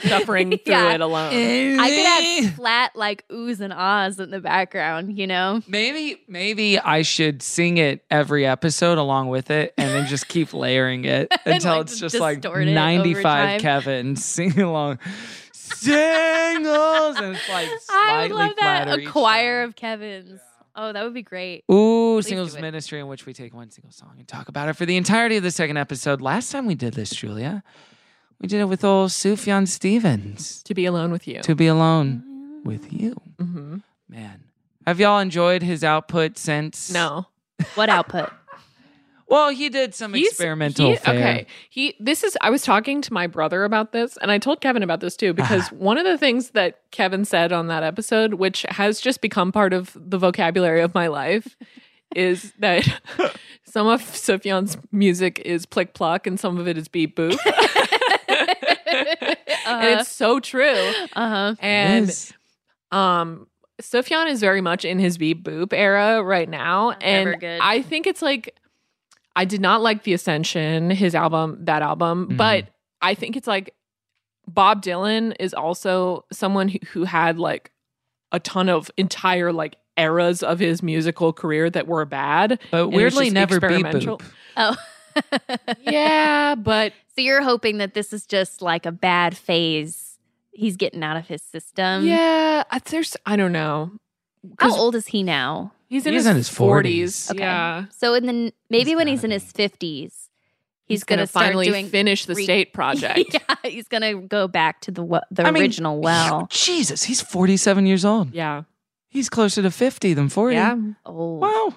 Speaker 10: suffering through
Speaker 3: Yeah.
Speaker 10: it alone.
Speaker 3: I
Speaker 9: I
Speaker 3: could have flat like oohs and ahs in the background, you know?
Speaker 9: Maybe maybe I should sing it every episode along with it and then just keep layering it
Speaker 3: And,
Speaker 9: until
Speaker 3: like,
Speaker 9: it's just like
Speaker 3: distort it over
Speaker 9: 95
Speaker 3: time.
Speaker 9: Kevin singing along singles and it's
Speaker 3: I
Speaker 9: like
Speaker 3: would
Speaker 9: slightly
Speaker 3: love that.
Speaker 9: flatter
Speaker 3: A
Speaker 9: each
Speaker 3: choir
Speaker 9: time.
Speaker 3: of Kevin's. Oh, that would be great.
Speaker 9: Ooh,
Speaker 3: Please
Speaker 9: singles
Speaker 3: do it.
Speaker 9: ministry in which we take one single song and talk about it for the entirety of the second episode. Last time we did this, Julia, we did it with old Sufjan Stevens.
Speaker 10: To be alone with you.
Speaker 9: To be alone
Speaker 3: Mm-hmm.
Speaker 9: with you,
Speaker 10: Mhm.
Speaker 9: man. Have y'all enjoyed his output since?
Speaker 10: No.
Speaker 3: What output?
Speaker 9: Well, he did some
Speaker 10: He's-
Speaker 9: experimental.
Speaker 10: he-
Speaker 9: fare.
Speaker 10: Okay. He this is I was talking to my brother about this and I told Kevin about this
Speaker 9: Uh-huh.
Speaker 10: too because one of the things that Kevin said on that episode which has just become part of the vocabulary of my life is that some of Sufjan's music is plick pluck and some of it is beep boop. and it's so true.
Speaker 3: Uh huh.
Speaker 10: And
Speaker 9: Yes.
Speaker 10: um Sufjan is very much in his beep boop era right now.
Speaker 3: That's
Speaker 10: and
Speaker 3: never good.
Speaker 10: I think it's like I did not like The Ascension, his album, that album,
Speaker 9: Mhm.
Speaker 10: but I think it's like Bob Dylan is also someone who, who had like a ton of entire like eras of his musical career that were bad.
Speaker 9: but
Speaker 10: And it's
Speaker 9: weirdly
Speaker 10: just
Speaker 9: never beep
Speaker 10: experimental.
Speaker 9: boop.
Speaker 3: Oh.
Speaker 10: yeah, but
Speaker 3: So you're hoping that this is just like a bad phase he's getting out of his system.
Speaker 10: yeah, I- there's I don't know. 'Cause
Speaker 3: How old is he now?
Speaker 10: He's in,
Speaker 9: He's
Speaker 10: his,
Speaker 9: in his
Speaker 10: 40s.
Speaker 9: 40s.
Speaker 3: Okay.
Speaker 10: Yeah.
Speaker 3: So in the n- maybe
Speaker 9: He's
Speaker 3: when
Speaker 9: gotta
Speaker 3: he's in
Speaker 9: be.
Speaker 3: his 50s, he's,
Speaker 10: He's,
Speaker 3: going to
Speaker 10: going to
Speaker 3: start
Speaker 10: finally
Speaker 3: doing
Speaker 10: finish the
Speaker 3: re-
Speaker 10: state project.
Speaker 3: yeah, he's going to go back to the wo- the
Speaker 9: I mean,
Speaker 3: original well.
Speaker 9: Jesus, he's 47 years old.
Speaker 10: Yeah.
Speaker 9: He's closer to 50 than 40.
Speaker 3: Oh.
Speaker 9: Wow.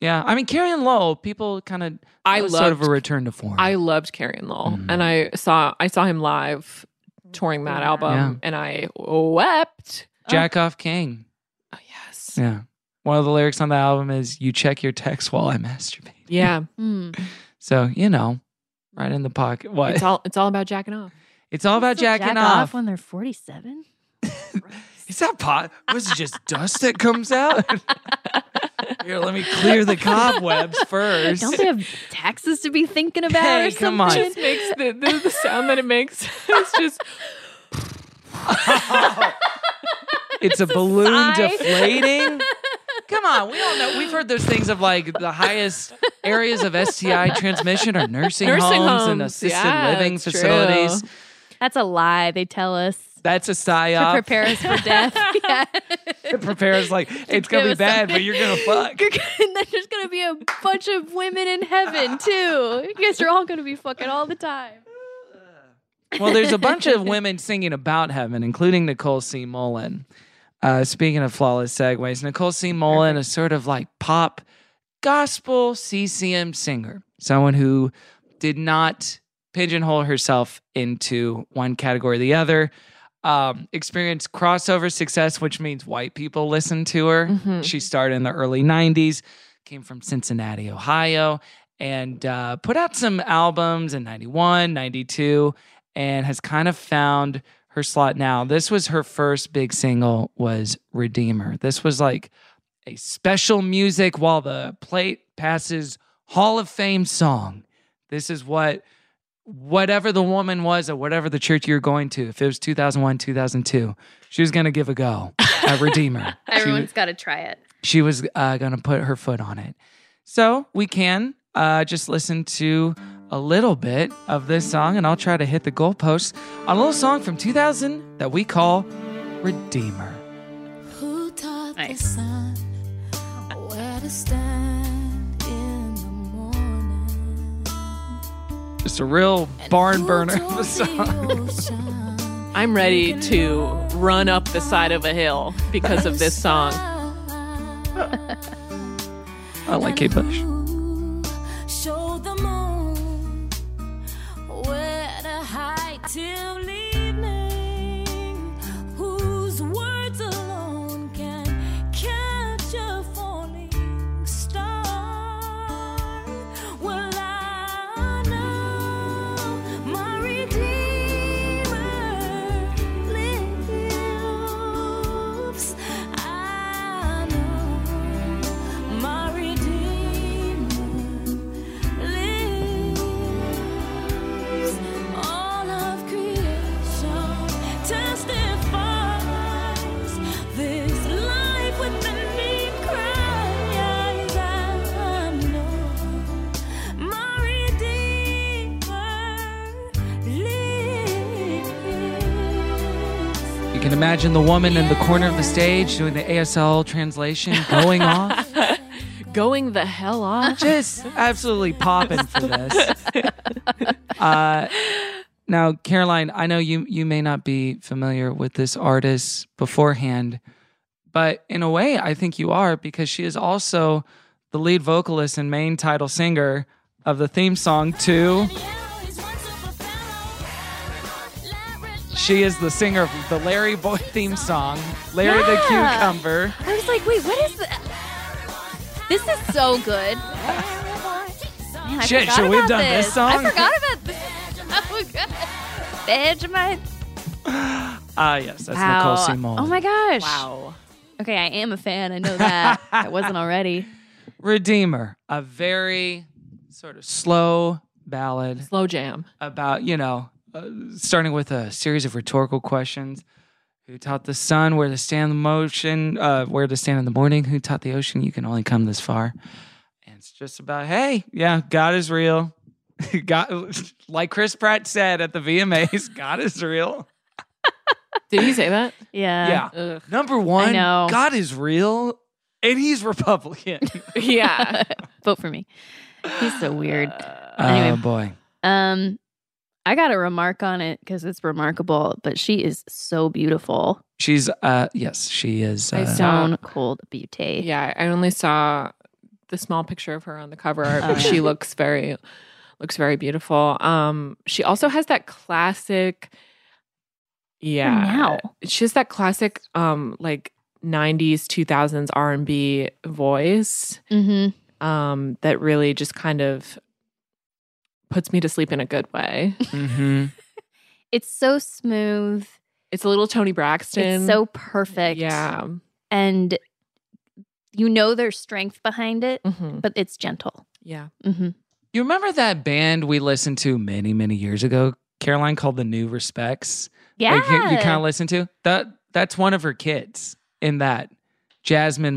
Speaker 9: Yeah. I mean, Carrie Lowell, people kind of
Speaker 10: I
Speaker 9: was sort of
Speaker 10: loved-
Speaker 9: a return to form.
Speaker 10: I loved Carrion Lowell
Speaker 9: Mhm.
Speaker 10: and I saw I saw him live touring that
Speaker 3: Yeah.
Speaker 10: album
Speaker 9: Yeah.
Speaker 10: and I wept.
Speaker 9: Jack off King.
Speaker 10: Oh yes.
Speaker 9: Yeah. One of the lyrics on the album is "You check your text while I masturbate."
Speaker 10: Yeah.
Speaker 3: Hmm.
Speaker 9: So you know, right in the pocket. What?
Speaker 10: it's all it's all about jacking off.
Speaker 9: It's all about
Speaker 3: People still
Speaker 9: jacking
Speaker 3: jack
Speaker 9: off.
Speaker 3: when they're 47.
Speaker 9: Is that pot? Was it just dust that comes out? Here, let me clear the cobwebs first.
Speaker 3: Don't they have taxes to be thinking about
Speaker 9: Hey,
Speaker 3: or
Speaker 9: come
Speaker 3: something?
Speaker 9: on.
Speaker 10: It just makes the, the, the sound that it makes. It's just
Speaker 9: it's a balloon
Speaker 3: sigh.
Speaker 9: deflating. Come on, we all know. We've heard those things of like the highest areas of STI transmission are nursing,
Speaker 10: Nursing
Speaker 9: homes, and
Speaker 10: homes.
Speaker 9: assisted
Speaker 10: Yeah,
Speaker 9: living
Speaker 10: it's true.
Speaker 9: facilities.
Speaker 3: That's a lie. They tell us
Speaker 9: That's a
Speaker 3: to
Speaker 9: psyop.
Speaker 3: prepare us for death. yeah.
Speaker 9: It prepares like it's gonna be
Speaker 3: us
Speaker 9: bad,
Speaker 3: something.
Speaker 9: but you're gonna fuck.
Speaker 3: You're gonna- and then there's going to be a bunch of women in heaven, too. You guys are all going to be fucking all the time.
Speaker 9: Well, there's a bunch of women singing about heaven, including Nicole C. Mullen. Uh, speaking of flawless segues, Nicole C. Mullen is sort of like pop gospel CCM singer, someone who did not pigeonhole herself into one category or the other. Um, experienced crossover success, which means white people listen to her.
Speaker 10: Mhm.
Speaker 9: She started in the early 90s, came from Cincinnati, Ohio, and uh, put out some albums in 91, 92, and has kind of found her slot now. This was her first big single was Redeemer. This was like a special music while the plate passes Hall of Fame song. This is what whatever the woman was at whatever the church you're going to, if it was 2001, 2002, she was going to give a go at Redeemer.
Speaker 3: Everyone's
Speaker 9: she,
Speaker 3: got to try it.
Speaker 9: she was uh, going to put her foot on it. So we can uh, just listen to a little bit of this song, and I'll try to hit the goalposts on a little song from 2000 that we call Redeemer.
Speaker 12: Who taught the sun where to stand in the morning?
Speaker 9: Just a real barn burner of a song.
Speaker 10: I'm ready to run up the side of a hill because of this song.
Speaker 9: I like Kate Bush.
Speaker 12: Show the moon where to hide till evening. Whose words alone can catch a falling star? Well, I know my redeemer lives. I know my redeemer lives. All of creation testifies this life within me cries. I know my redeemer lives.
Speaker 9: You can imagine the woman in the corner of the stage doing the ASL translation going off.
Speaker 10: Going the hell off.
Speaker 9: Just absolutely popping for this. Uh, now, Caroline, I know you, you may not be familiar with this artist beforehand, but in a way, I think you are because she is also the lead vocalist and main title singer of the theme song to. She is the singer of the Larry Boy theme song, Larry the
Speaker 3: Yeah.
Speaker 9: Cucumber.
Speaker 3: I was like, wait, what is this? This is so good. Man, I
Speaker 9: Shit,
Speaker 3: forgot
Speaker 9: should we have
Speaker 3: about
Speaker 9: done this song?
Speaker 3: I forgot about this. Oh, good. Vegemite.
Speaker 9: Ah, yes, that's
Speaker 3: Wow.
Speaker 9: Nicole C. Mullen.
Speaker 3: Oh my gosh. Wow. Okay, I am a fan. I know that. I wasn't already.
Speaker 9: Redeemer, a very sort of slow ballad.
Speaker 10: Slow jam.
Speaker 9: About, you know, uh, starting with a series of rhetorical questions. Who taught the sun where to stand in the motion, uh, where to stand in the morning? Who taught the ocean you can only come this far? And it's just about, hey, yeah, God is real. God, like Chris Pratt said at the VMAs, God is real.
Speaker 10: Did he say that?
Speaker 9: Yeah.
Speaker 3: Yeah.
Speaker 9: Number one,
Speaker 3: know.
Speaker 9: God is real and he's Republican.
Speaker 10: Yeah. Uh,
Speaker 3: Vote for me. He's so weird.
Speaker 9: Oh,
Speaker 3: anyway,
Speaker 9: boy.
Speaker 3: um, I got a remark on it because it's remarkable, but she is so beautiful.
Speaker 9: She's uh yes, she is
Speaker 10: I
Speaker 9: uh,
Speaker 3: Stone cold beauty.
Speaker 10: Yeah, I only saw the small picture of her on the cover art, but
Speaker 3: Oh, yeah.
Speaker 10: she looks very looks very beautiful. Um she also has that classic
Speaker 3: Oh,
Speaker 10: yeah.
Speaker 3: now.
Speaker 10: She has that classic um like 90s 2000s R&B voice
Speaker 3: Mm-hmm.
Speaker 10: um that really just kind of puts me to sleep in a good way.
Speaker 9: mhm.
Speaker 3: It's so smooth.
Speaker 10: It's a little Tony Braxton.
Speaker 3: It's so perfect.
Speaker 10: Yeah.
Speaker 3: And you know there's strength behind it,
Speaker 10: Mhm.
Speaker 3: but it's gentle.
Speaker 10: Yeah.
Speaker 3: Mm-hmm.
Speaker 9: Mm-hmm. You remember that band we listened to many, many years ago, Caroline called the New Respects?
Speaker 3: Yeah.
Speaker 9: Like, you, kind of listen to? That that's one of her kids in that. Jasmine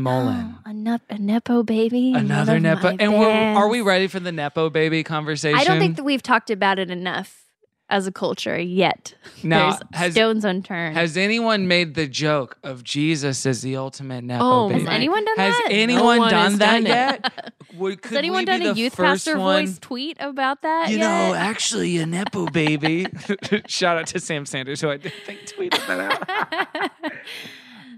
Speaker 9: Mullen.
Speaker 3: A, nep- a Nepo baby. one
Speaker 9: Another
Speaker 3: of
Speaker 9: Nepo.
Speaker 3: Oh, my
Speaker 9: And we're, are we
Speaker 3: bands.
Speaker 9: ready for the Nepo baby conversation?
Speaker 3: I don't think that we've talked about it enough as a culture yet.
Speaker 9: Now,
Speaker 3: There's
Speaker 9: has-
Speaker 3: stones unturned.
Speaker 9: Has anyone made the joke of Jesus as the ultimate nepo
Speaker 3: Oh, has
Speaker 9: baby?
Speaker 3: anyone done
Speaker 9: Has
Speaker 3: that?
Speaker 9: anyone
Speaker 3: No one
Speaker 9: done
Speaker 3: has
Speaker 9: that
Speaker 3: done it.
Speaker 9: yet? Would- could
Speaker 3: Has anyone
Speaker 9: we
Speaker 3: done
Speaker 9: be
Speaker 3: a
Speaker 9: the
Speaker 3: youth
Speaker 9: first
Speaker 3: pastor
Speaker 9: one?
Speaker 3: voice tweet about that?
Speaker 9: You
Speaker 3: yet?
Speaker 9: know, actually, a nepo baby. Shout out to Sam Sanders, who I did think tweeted that out.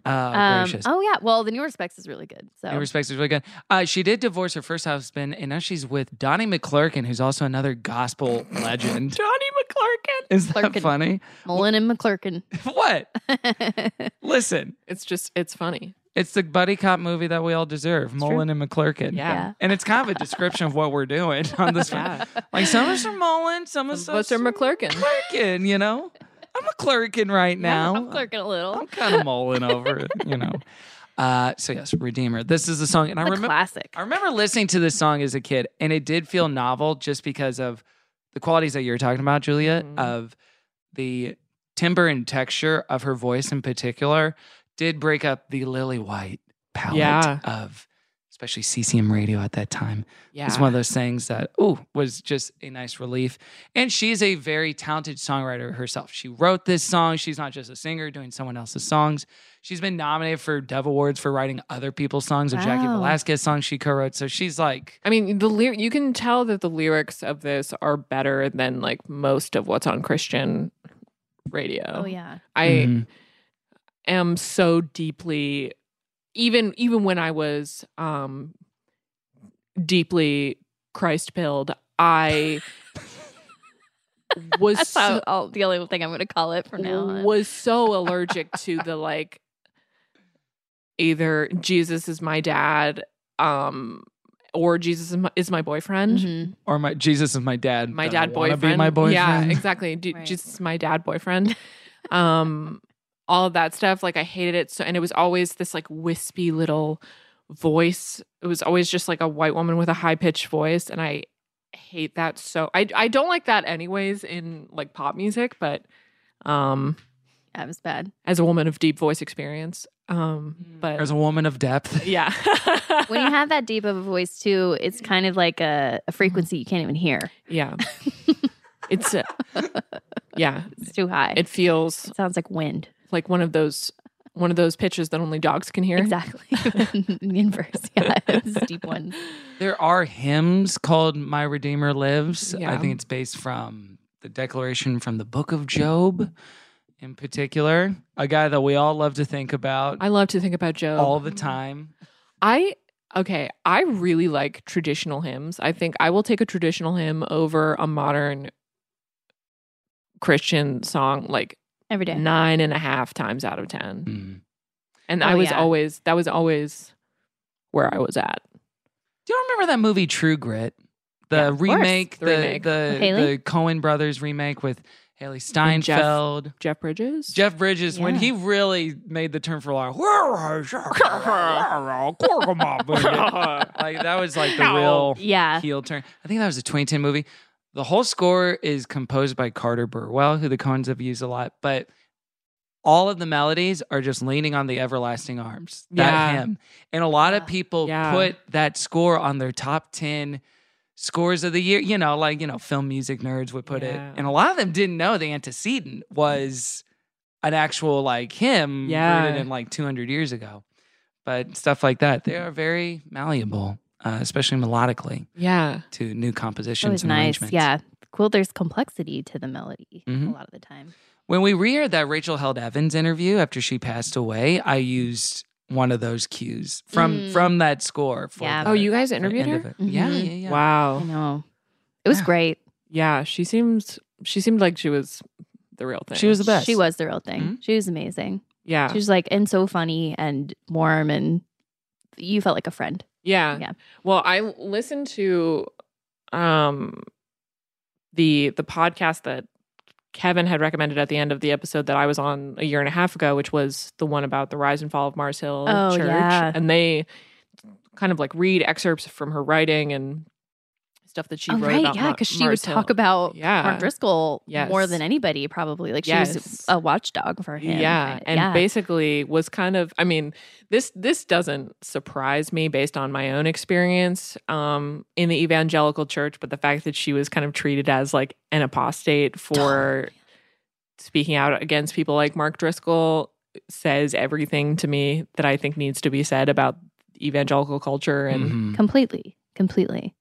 Speaker 9: Oh,
Speaker 3: Um,
Speaker 9: gracious.
Speaker 3: oh yeah. Well, the New Respects is really good. So
Speaker 9: New respects is really good. Uh, she did divorce her first husband, and now she's with Donnie McClurkin, who's also another gospel legend. Donnie McClurkin. Is that funny?
Speaker 3: Mullen and McClurkin.
Speaker 9: What? Listen,
Speaker 10: It's just it's funny.
Speaker 9: it's the buddy cop movie that we all deserve, Mullen and McClurkin.
Speaker 10: Yeah. Yeah.
Speaker 9: and it's kind of a description of what we're doing on this.
Speaker 10: Yeah.
Speaker 9: Like some of us are Mullen, some of us
Speaker 10: Some of us are McClurkin.
Speaker 9: McClurkin. You know, I'm McClurkin right now.
Speaker 3: I'm clerking a little.
Speaker 9: kind of mulling over it, you know. Uh, so yes, Redeemer. This is the song, and I
Speaker 3: It's a
Speaker 9: remember
Speaker 3: classic.
Speaker 9: I remember listening to this song as a kid, and it did feel novel just because of the qualities that you're talking about, Julia, of the timbre and texture of her voice in particular. Did break up the lily white palette
Speaker 10: Yeah.
Speaker 9: of especially CCM radio at that time. It's
Speaker 10: Yeah.
Speaker 9: one of those things that, ooh, was just a nice relief. And she's a very talented songwriter herself. She wrote this song. She's not just a singer doing someone else's songs. She's been nominated for Dove Awards for writing other people's songs, of Jackie
Speaker 10: Wow.
Speaker 9: Velasquez songs she co wrote. So she's like,
Speaker 10: I mean, the lyric you can tell that the lyrics of this are better than like most of what's on Christian radio.
Speaker 3: Oh yeah.
Speaker 10: I
Speaker 9: Mhm.
Speaker 10: am so deeply even even when I was um deeply Christ pilled, I was
Speaker 3: That's
Speaker 10: so,
Speaker 3: how I'll, the only thing I'm going to call it from now on.
Speaker 10: was so allergic to the like either Jesus is my dad um or Jesus is my, is my boyfriend.
Speaker 3: Mm-hmm.
Speaker 9: or my Jesus is my dad.
Speaker 10: My
Speaker 9: but I
Speaker 10: dad
Speaker 9: wanna
Speaker 10: boyfriend.
Speaker 9: Be my boyfriend.
Speaker 10: Yeah, exactly. D- Jesus is my dad boyfriend. Um all of that stuff like I hated it so and it was always this like wispy little voice. It was always just like a white woman with a high pitched voice and I hate that so I I don't like that anyways in like pop music but um
Speaker 3: that was bad.
Speaker 10: as a woman of deep voice experience. Um, but
Speaker 9: As a woman of depth.
Speaker 10: yeah,
Speaker 3: Mm. when you have that deep of a voice too, it's kind of like a, a frequency you can't even hear.
Speaker 10: yeah, it's uh, yeah,
Speaker 3: It's too high.
Speaker 10: it feels
Speaker 3: sounds like wind,
Speaker 10: like one of those one of those pitches that only dogs can hear.
Speaker 3: Exactly, the inverse. Yeah, it's a deep one.
Speaker 9: There are hymns called My Redeemer Lives. I
Speaker 10: Yeah.
Speaker 9: think it's based from the declaration from the book of Job in particular, a guy that we all love to think about
Speaker 10: I love to think about Joe
Speaker 9: all the time.
Speaker 10: I okay, I really like traditional hymns. I think I will take a traditional hymn over a modern Christian song like
Speaker 3: Every day.
Speaker 10: nine and a half times out of ten.
Speaker 9: Mm.
Speaker 10: And I
Speaker 9: Oh,
Speaker 10: was
Speaker 9: yeah.
Speaker 10: always that was always where I was at.
Speaker 9: Do you remember that movie True Grit? The remake,
Speaker 10: The
Speaker 9: the
Speaker 10: remake.
Speaker 9: the,
Speaker 10: With Haley?
Speaker 9: the Cohen brothers remake with Haley
Speaker 10: And Jeff-
Speaker 9: Steinfeld, Jeff,
Speaker 10: Bridges.
Speaker 9: Bridges, when
Speaker 10: Yeah.
Speaker 9: he really made the turn for a lot. like that was like the real
Speaker 3: Yeah.
Speaker 9: heel turn. I think that was a 2010 movie. The whole score is composed by Carter Burwell, who the Coens have used a lot, but all of the melodies are just leaning on the everlasting arms. That
Speaker 10: Yeah.
Speaker 9: hymn. And a lot of people
Speaker 10: Yeah.
Speaker 9: put that score on their top 10 scores of the year. You know, like, you know, film music nerds would put
Speaker 10: Yeah.
Speaker 9: it. And a lot of them didn't know the antecedent was an actual like hymn
Speaker 10: Yeah.
Speaker 9: rooted in like 200 years ago. But stuff like that, they are very malleable, uh, especially melodically
Speaker 10: Yeah.
Speaker 9: to new compositions
Speaker 3: It was
Speaker 9: and
Speaker 3: nice.
Speaker 9: arrangements.
Speaker 3: Yeah, cool. There's complexity to the melody a
Speaker 10: Mm-hmm.
Speaker 9: Mhm.
Speaker 3: lot of the time.
Speaker 9: When we re-aired that Rachel Held Evans interview after she passed away, I used one of those cues from
Speaker 3: Mm.
Speaker 9: from that score. For
Speaker 3: Yeah.
Speaker 9: the-
Speaker 10: Oh, you guys
Speaker 9: for the
Speaker 10: interviewed
Speaker 9: end of
Speaker 10: her?
Speaker 9: it. Yeah,
Speaker 3: Mhm.
Speaker 9: yeah, yeah.
Speaker 10: Wow.
Speaker 3: I know. It was great.
Speaker 10: Yeah, she seems she seemed like she was the real thing.
Speaker 3: She was the real thing. She was amazing.
Speaker 10: Yeah.
Speaker 3: She was like and so funny and warm and you felt like a friend.
Speaker 10: Yeah.
Speaker 3: Yeah.
Speaker 10: Well, I l- listened to um the the podcast that Kevin had recommended at the end of the episode that I was on a year and a half ago, which was the one about the rise and fall of Mars Hill
Speaker 3: Oh,
Speaker 10: Church.
Speaker 3: yeah.
Speaker 10: And they kind of like read excerpts from her writing and stuff that she
Speaker 3: Oh,
Speaker 10: wrote
Speaker 3: right,
Speaker 10: about
Speaker 3: yeah,
Speaker 10: Mar-
Speaker 3: because she
Speaker 10: Mars
Speaker 3: would
Speaker 10: Hill.
Speaker 3: talk about
Speaker 10: Yeah.
Speaker 3: Mark Driscoll more
Speaker 10: Yes.
Speaker 3: than anybody, probably. Like she
Speaker 10: Yes.
Speaker 3: was a watchdog for him.
Speaker 10: Yeah, and
Speaker 3: yeah.
Speaker 10: basically was kind of I mean, this this doesn't surprise me based on my own experience um in the evangelical church, but the fact that she was kind of treated as like an apostate for speaking out against people like Mark Driscoll says everything to me that I think needs to be said about evangelical culture and
Speaker 9: Mm-hmm.
Speaker 3: completely, completely.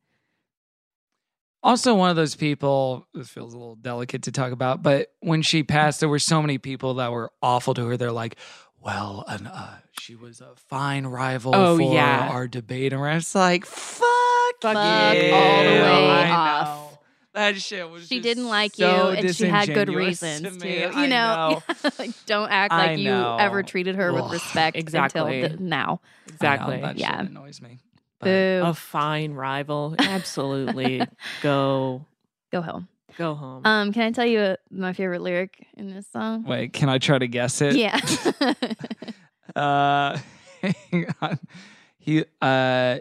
Speaker 9: Also, one of those people, this feels a little delicate to talk about, but when she passed, there were so many people that were awful to her. They're like, well, an, uh, she was a fine rival
Speaker 10: Oh,
Speaker 9: for
Speaker 10: yeah.
Speaker 9: our debate. And it's like, fuck,
Speaker 10: Fuck
Speaker 9: you.
Speaker 3: all the way
Speaker 9: I know.
Speaker 3: off.
Speaker 9: That shit was
Speaker 3: She didn't like
Speaker 9: so
Speaker 3: you, and she had good
Speaker 9: disingenuous to
Speaker 3: reasons
Speaker 9: me.
Speaker 3: to.
Speaker 9: I
Speaker 3: You know, like, don't act
Speaker 9: I
Speaker 3: like you
Speaker 9: know.
Speaker 3: ever treated her with
Speaker 10: Ugh,
Speaker 3: respect
Speaker 10: exactly.
Speaker 3: until the, now.
Speaker 10: Exactly.
Speaker 9: that
Speaker 3: Yeah.
Speaker 9: shit annoys me.
Speaker 10: But
Speaker 3: Boo.
Speaker 9: oh.
Speaker 10: A fine rival. Absolutely. go
Speaker 3: Go home.
Speaker 10: go home.
Speaker 3: Um, can I tell you uh, my favorite lyric in this song?
Speaker 9: Wait, can I try to guess it?
Speaker 3: Yeah.
Speaker 9: Uh, hang on. He, uh,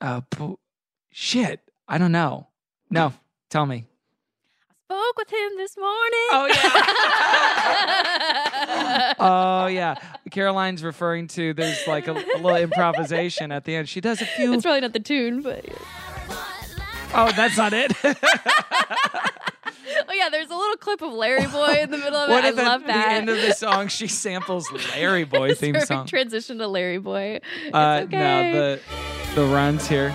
Speaker 9: uh, po- shit. I don't know. No, tell me.
Speaker 3: Spoke with him this morning.
Speaker 10: Oh
Speaker 3: yeah.
Speaker 9: Oh yeah, Caroline's referring to there's like a, a little improvisation at the end. She does a few.
Speaker 3: It's probably not the tune, but
Speaker 9: Oh, that's not it.
Speaker 3: oh yeah, there's a little clip of Larry Boy in the middle of it.
Speaker 9: what
Speaker 3: I
Speaker 9: if at
Speaker 3: love
Speaker 9: the
Speaker 3: that.
Speaker 9: end of the song she samples Larry Boy theme
Speaker 3: Perfect
Speaker 9: song?
Speaker 3: transition to Larry Boy. It's
Speaker 9: Uh,
Speaker 3: okay.
Speaker 9: No, the the runs here.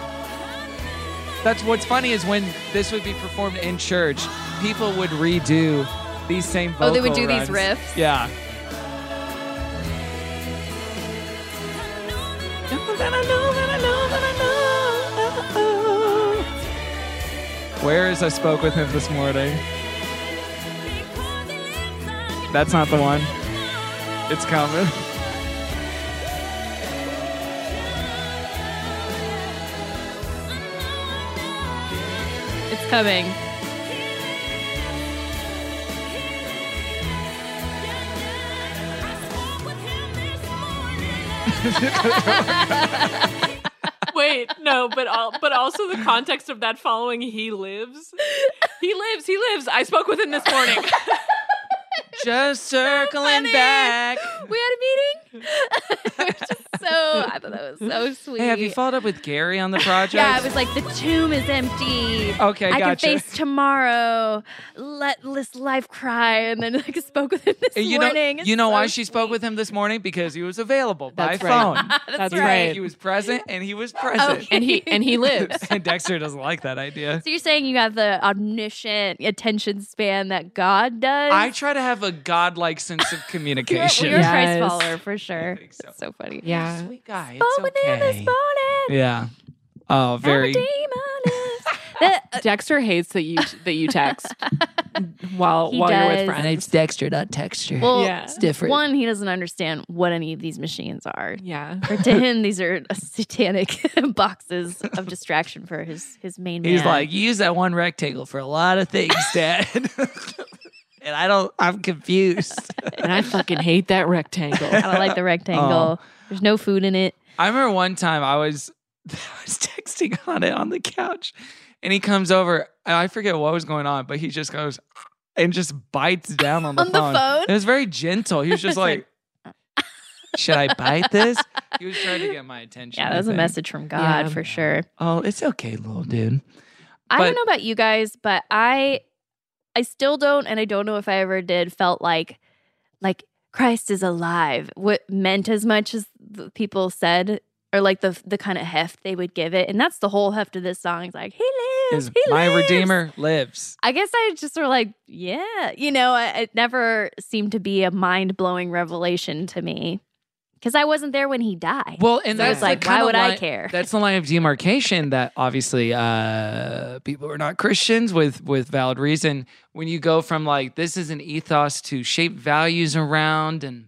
Speaker 9: That's what's funny is when this would be performed in church, people would redo these same. Vocal
Speaker 3: Oh, they would do these
Speaker 9: runs.
Speaker 3: riffs?
Speaker 9: Yeah. Where is I spoke with him this morning? That's not the one. It's coming.
Speaker 3: It's coming.
Speaker 10: Wait, no, but all, but also the context of that following he lives. He lives, he lives. I spoke with him this morning.
Speaker 9: Just circling
Speaker 3: funny.
Speaker 9: back.
Speaker 3: We had a meeting. It was just so I thought that was so sweet.
Speaker 9: Hey, have you followed up with Gary on the project?
Speaker 3: yeah, it was like the tomb is empty.
Speaker 9: Okay,
Speaker 3: I
Speaker 9: gotcha.
Speaker 3: can face tomorrow. Let this life cry, and then like spoke with him this
Speaker 9: And Uh, you
Speaker 3: morning.
Speaker 9: know,
Speaker 3: It's
Speaker 9: you know
Speaker 3: so
Speaker 9: why she spoke with him this morning because he was available
Speaker 10: That's
Speaker 9: by
Speaker 10: right.
Speaker 9: phone.
Speaker 10: That's
Speaker 9: He-
Speaker 10: right.
Speaker 9: He was present, and he was present.
Speaker 10: And he and he lives.
Speaker 9: and Dexter doesn't like that idea.
Speaker 3: So you're saying you have the omniscient attention span that God does?
Speaker 9: I try to have a godlike sense of
Speaker 3: You're,
Speaker 9: communication.
Speaker 3: you're a Christ
Speaker 10: Yes.
Speaker 3: follower for sure. so. funny.
Speaker 10: Yeah.
Speaker 9: Sweet guy. It's
Speaker 3: Spoke with him this
Speaker 9: okay.
Speaker 3: morning.
Speaker 9: Yeah. Oh, very.
Speaker 3: I'm a demoness. That-
Speaker 10: Dexter hates that you that you text while
Speaker 3: He
Speaker 10: while you're with
Speaker 3: does.
Speaker 10: friends.
Speaker 9: It's Dexter, not texture.
Speaker 3: well,
Speaker 10: Yeah. It's
Speaker 9: different.
Speaker 3: One, he doesn't understand what any of these machines are.
Speaker 10: yeah.
Speaker 3: Or to him, these are satanic boxes of distraction for his his main man.
Speaker 9: He's like, you use that one rectangle for a lot of things, Dad. and I don't. I'm confused.
Speaker 10: And I fucking hate that rectangle.
Speaker 3: I don't like the rectangle. There's no food in it.
Speaker 9: I remember one time I was I was texting on it on the couch, and he comes over. And I forget what was going on, but he just goes and just bites down on the
Speaker 3: On the
Speaker 9: phone.
Speaker 3: phone?
Speaker 9: It was very gentle. He was just like, "Should I bite this?" He was trying to get my attention.
Speaker 3: Yeah,
Speaker 9: I
Speaker 3: that was a
Speaker 9: think.
Speaker 3: message from God
Speaker 10: Yeah.
Speaker 3: for sure.
Speaker 9: Oh, it's okay, little dude.
Speaker 3: I
Speaker 9: But-
Speaker 3: don't know about you guys, but I I still don't and I don't know if I ever did felt like like Christ is alive. What meant as much as the people said or like the the kind of heft they would give it. And that's the whole heft of this song. It's like, he lives.
Speaker 9: Is
Speaker 3: he
Speaker 9: my
Speaker 3: lives."
Speaker 9: redeemer lives?
Speaker 3: I guess I just sort of like, yeah, you know, I- it never seemed to be a mind blowing revelation to me because I wasn't there when he died.
Speaker 9: Well, and
Speaker 3: So I
Speaker 9: that's
Speaker 3: was
Speaker 9: the
Speaker 3: like,
Speaker 9: kinda
Speaker 3: why would I
Speaker 9: line-
Speaker 3: care?
Speaker 9: That's the line of demarcation that obviously uh, people who are not Christians with with valid reason. When you go from like this is an ethos to shape values around and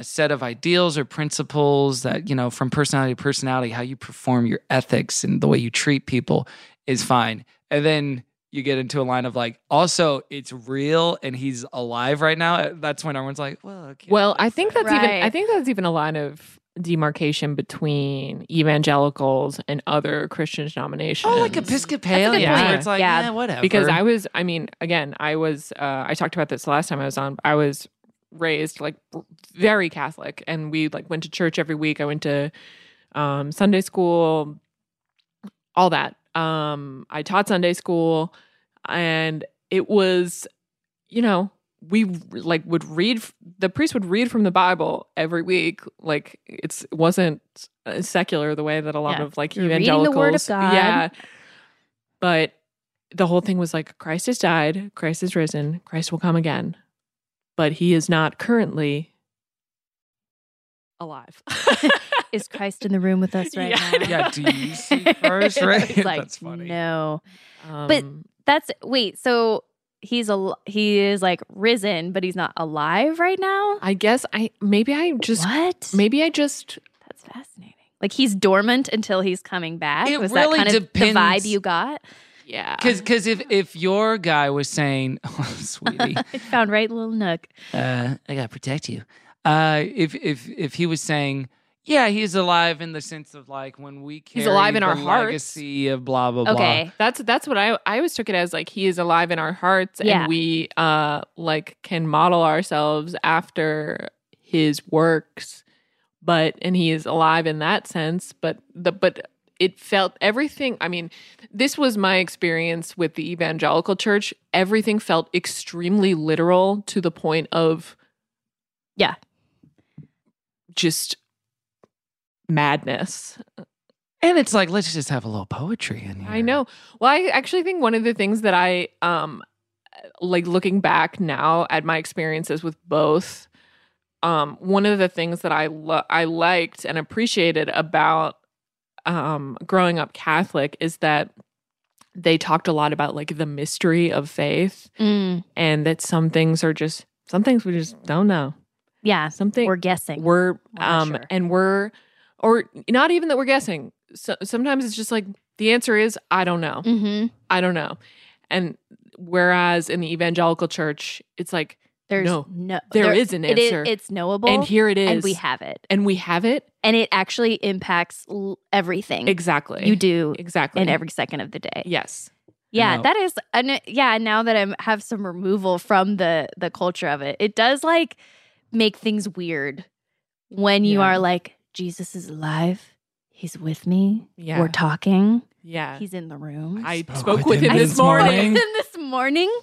Speaker 9: a set of ideals or principles that you know from personality to personality, how you perform your ethics and the way you treat people is fine, and then. You get into a line of like, also it's real and he's alive right now. That's when everyone's like, well, okay.
Speaker 10: Well, I think that's even I
Speaker 3: Right.
Speaker 10: think that's even a line of demarcation between evangelicals and other Christian denominations.
Speaker 9: Oh, like Episcopalian,
Speaker 10: That's a good
Speaker 9: where
Speaker 10: point.
Speaker 9: it's like,
Speaker 10: Yeah.
Speaker 9: yeah, whatever.
Speaker 10: Because I was, I mean, again, I was, uh, I talked about this last time I was on, I was raised like b- very Catholic and we like went to church every week. I went to um, Sunday school, all that. Um, I taught Sunday school and it was, you know, we like would read the priest would read from the bible every week like it's it wasn't uh, secular the way that a lot
Speaker 3: Yeah.
Speaker 10: of like
Speaker 3: You're reading
Speaker 10: evangelicals
Speaker 3: the Word of God.
Speaker 10: yeah but the whole thing was like christ has died christ is risen christ will come again but he is not currently alive
Speaker 3: Is Christ in the room with us right
Speaker 10: Yeah.
Speaker 3: now?
Speaker 10: Yeah, do you see Christ, right?
Speaker 3: It's like,
Speaker 10: That's funny.
Speaker 3: No. but
Speaker 10: Um,
Speaker 3: that's wait, so he's a he is like risen, but he's not alive right now?
Speaker 10: I guess I maybe I just
Speaker 3: What?
Speaker 10: Maybe I just
Speaker 3: That's fascinating. Like he's dormant until he's coming back.
Speaker 9: It
Speaker 3: Was
Speaker 9: really
Speaker 3: that kind of
Speaker 9: depends-
Speaker 3: the vibe you got?
Speaker 10: Yeah.
Speaker 9: because because if if your guy was saying, oh, sweetie,
Speaker 3: Found right little nook.
Speaker 9: uh, I gotta protect you. Uh, if if if he was saying, yeah, he's alive in the sense of like when we carry
Speaker 10: He's alive in
Speaker 9: the
Speaker 10: our hearts.
Speaker 9: legacy of blah blah
Speaker 10: Okay, that's that's what I I always took it as like he is alive in our hearts
Speaker 9: Yeah.
Speaker 10: and we uh like can model ourselves after his works, but and he is alive in that sense. But the but it felt everything. I mean, this was my experience with the evangelical church. Everything felt extremely literal to the point of
Speaker 3: yeah,
Speaker 10: just madness.
Speaker 9: blah, and it's like let's just have a little poetry in here.
Speaker 10: I know. Well, I actually think one of the things that I um like looking back now at my experiences with both um one of the things that I lo- I liked and appreciated about um growing up Catholic is that they talked a lot about like the mystery of faith
Speaker 3: Mm.
Speaker 10: and that some things are just some things we just don't know.
Speaker 3: Yeah.
Speaker 10: Something
Speaker 3: we're guessing.
Speaker 10: We're
Speaker 3: not
Speaker 10: um
Speaker 3: sure.
Speaker 10: and we're or not even that we're guessing. So, sometimes it's just like the answer is I don't know.
Speaker 3: Mhm.
Speaker 10: I don't know. And whereas in the evangelical church, it's like
Speaker 3: There's
Speaker 10: no,
Speaker 3: no-
Speaker 10: there
Speaker 3: there-
Speaker 10: is an
Speaker 3: it is-
Speaker 10: answer.
Speaker 3: it's knowable,
Speaker 10: and here it is,
Speaker 3: and we have Mm-hmm. it.
Speaker 10: and we have it.
Speaker 3: And it actually impacts l- everything.
Speaker 10: Exactly.
Speaker 3: You do
Speaker 10: exactly
Speaker 3: in every second of the day.
Speaker 10: Yes.
Speaker 3: Yeah,
Speaker 10: know.
Speaker 3: that is and yeah, now that I'm have some removal from the the culture of it. It does like make things weird when you are like Jesus is alive. He's with me.
Speaker 10: Yeah.
Speaker 3: We're talking.
Speaker 10: Yeah.
Speaker 3: He's in the room.
Speaker 10: I spoke spoke with with him him this this morning.
Speaker 3: Spoke with
Speaker 10: morning.
Speaker 9: Mm-hmm.
Speaker 3: him this morning.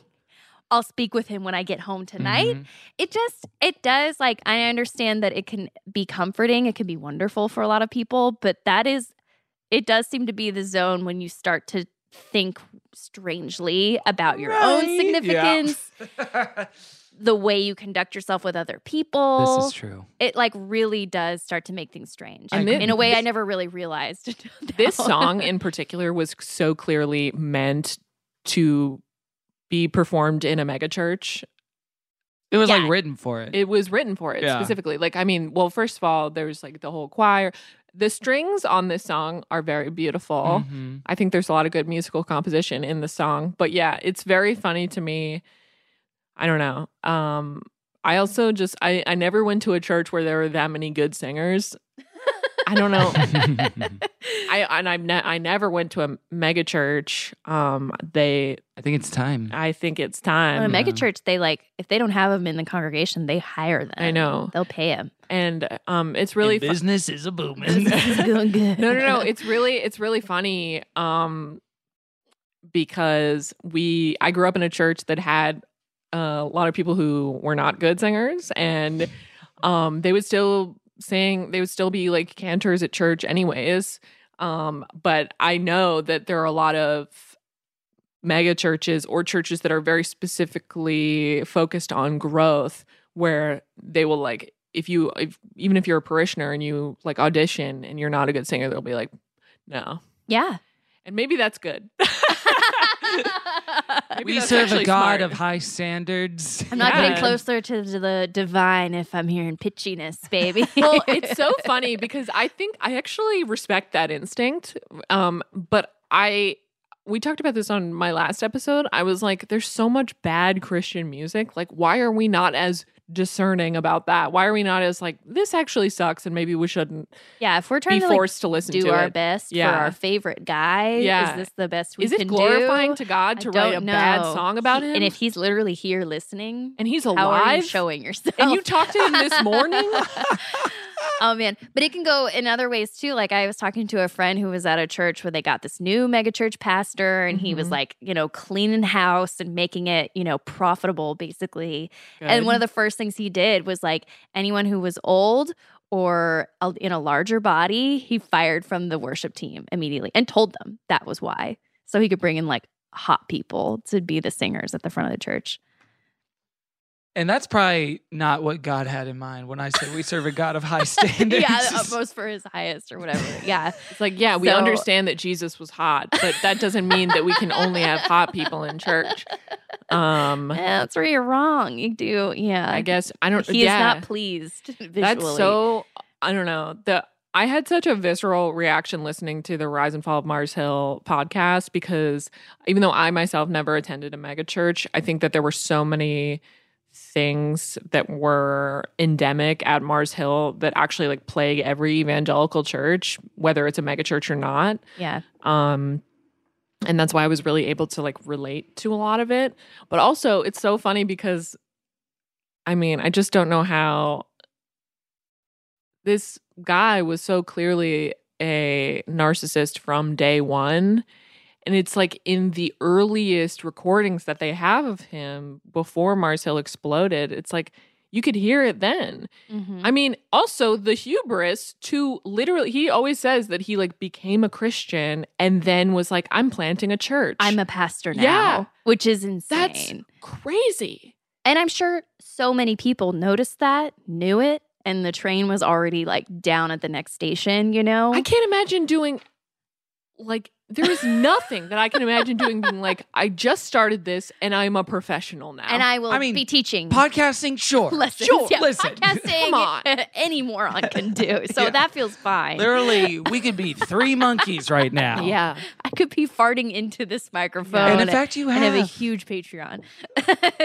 Speaker 3: I'll speak with him when I get home tonight. It just it does like I understand that it can be comforting, it can be wonderful for a lot of people, but that is it does seem to be the zone when you start to think strangely about your
Speaker 9: Right.
Speaker 3: own
Speaker 9: Yeah.
Speaker 3: significance, the way you conduct yourself with other people.
Speaker 9: This is true.
Speaker 3: It like really does start to make things strange
Speaker 10: And
Speaker 3: in a
Speaker 10: thi-
Speaker 3: way I never really realized. until
Speaker 10: This
Speaker 3: now.
Speaker 10: song in particular was so clearly meant to be performed in a megachurch.
Speaker 9: It was like written for it.
Speaker 10: It was written for it
Speaker 9: Yeah.
Speaker 10: specifically. Like, I mean, well, first of all, there's like the whole choir. The strings on this song are very beautiful.
Speaker 9: Mhm.
Speaker 10: I think there's a lot of good musical composition in the song. But yeah, it's very funny to me. I don't know. Um, I also just I, I never went to a church where there were that many good singers. I don't know.
Speaker 9: Mm-hmm.
Speaker 10: I and I'm ne- I never went to a mega church. Um, they
Speaker 9: I think it's time.
Speaker 10: I think it's time.
Speaker 3: In a megachurch, they like if they don't have them in the congregation, they hire them.
Speaker 10: I know.
Speaker 3: they'll pay them.
Speaker 10: and um, it's really fu-
Speaker 9: business is a booming.
Speaker 3: Doing good.
Speaker 10: no no no it's really it's really funny um because we i grew up in a church that had uh, a lot of people who were not good singers and um they would still sing they would still be like cantors at church anyways um but i know that there are a lot of mega churches or churches that are very specifically focused on growth where they will like if you if, even if you're a parishioner and you like audition and you're not a good singer they'll be like no
Speaker 3: Yeah.
Speaker 10: and maybe that's good Maybe
Speaker 9: we
Speaker 10: that's
Speaker 9: serve a
Speaker 10: actually
Speaker 9: god
Speaker 10: smart.
Speaker 9: of high standards.
Speaker 3: I'm not getting
Speaker 10: Yeah.
Speaker 3: closer to the divine if I'm hearing pitchiness, baby.
Speaker 10: well it's so funny because i think i actually respect that instinct um but i we talked about this on my last episode i was like there's so much bad christian music like why are we not as discerning about that? Why are we not as like this actually sucks and maybe we shouldn't?
Speaker 3: Yeah, if we're trying
Speaker 10: be
Speaker 3: to like,
Speaker 10: forced to listen
Speaker 3: do
Speaker 10: to
Speaker 3: our
Speaker 10: it.
Speaker 3: best for
Speaker 10: Yeah.
Speaker 3: our favorite guy,
Speaker 10: Yeah.
Speaker 3: is this the best we
Speaker 10: Is it
Speaker 3: can do?
Speaker 10: glorifying to God
Speaker 3: I
Speaker 10: to write
Speaker 3: don't
Speaker 10: a bad
Speaker 3: know.
Speaker 10: song about
Speaker 3: He-
Speaker 10: him?
Speaker 3: And if he's literally here listening,
Speaker 10: and he's
Speaker 3: how are you
Speaker 10: alive?
Speaker 3: showing yourself?
Speaker 10: And you talked to him this morning?
Speaker 3: oh man, but it can go in other ways too. Like I was talking to a friend who was at a church where they got this new megachurch pastor, and he was
Speaker 10: Mm-hmm.
Speaker 12: Mhm.
Speaker 3: like, you know, cleaning house and making it, you know, profitable basically.
Speaker 12: Good.
Speaker 3: And one of the first things he did was like anyone who was old or a- in a larger body, he fired from the worship team immediately and told them that was why, so he could bring in like hot people to be the singers at the front of the church.
Speaker 9: And that's probably not what God had in mind when I said we serve a God of high standards.
Speaker 3: yeah, the utmost for his highest or whatever. Yeah.
Speaker 10: It's like, yeah, we
Speaker 3: So-
Speaker 10: understand that Jesus was hot, but that doesn't mean that we can only have hot people in church. Um,
Speaker 3: Eh, that's where you're wrong. You do, yeah.
Speaker 10: I guess I don't.
Speaker 3: He
Speaker 10: yeah.
Speaker 3: is not pleased visually.
Speaker 10: That's so. I don't know. The I had such a visceral reaction listening to the Rise and Fall of Mars Hill podcast because even though I myself never attended a mega church, I think that there were so many things that were endemic at Mars Hill that actually like plague every evangelical church, whether it's a mega church or not
Speaker 3: Yeah.
Speaker 10: um and that's why i was really able to like relate to a lot of it but also it's so funny because i mean i just don't know how this guy was so clearly a narcissist from day one and it's like in the earliest recordings that they have of him before mars hill exploded it's like you could hear it then
Speaker 3: Mm-hmm.
Speaker 10: I mean, also the hubris to literally, he always says that he like became a Christian and then was like, I'm planting a church.
Speaker 3: I'm a pastor now,
Speaker 10: Yeah.
Speaker 3: which is insane.
Speaker 10: That's crazy.
Speaker 3: And I'm sure so many people noticed that, knew it, and the train was already like down at the next station, you know?
Speaker 10: I can't imagine doing like, there is nothing that I can imagine doing being like, I just started this and I'm a professional now.
Speaker 3: and I will
Speaker 10: I mean,
Speaker 3: be teaching
Speaker 9: Podcasting, sure.
Speaker 3: lessons.
Speaker 10: sure,
Speaker 3: Yeah,
Speaker 9: listen.
Speaker 3: Podcasting,
Speaker 10: Come on.
Speaker 3: any moron can do. So
Speaker 9: Yeah.
Speaker 3: that feels fine.
Speaker 9: Literally, we could be three monkeys right now.
Speaker 10: Yeah.
Speaker 3: I could be farting into this microphone.
Speaker 9: And in fact, you
Speaker 3: and have. a
Speaker 9: have.
Speaker 3: huge Patreon.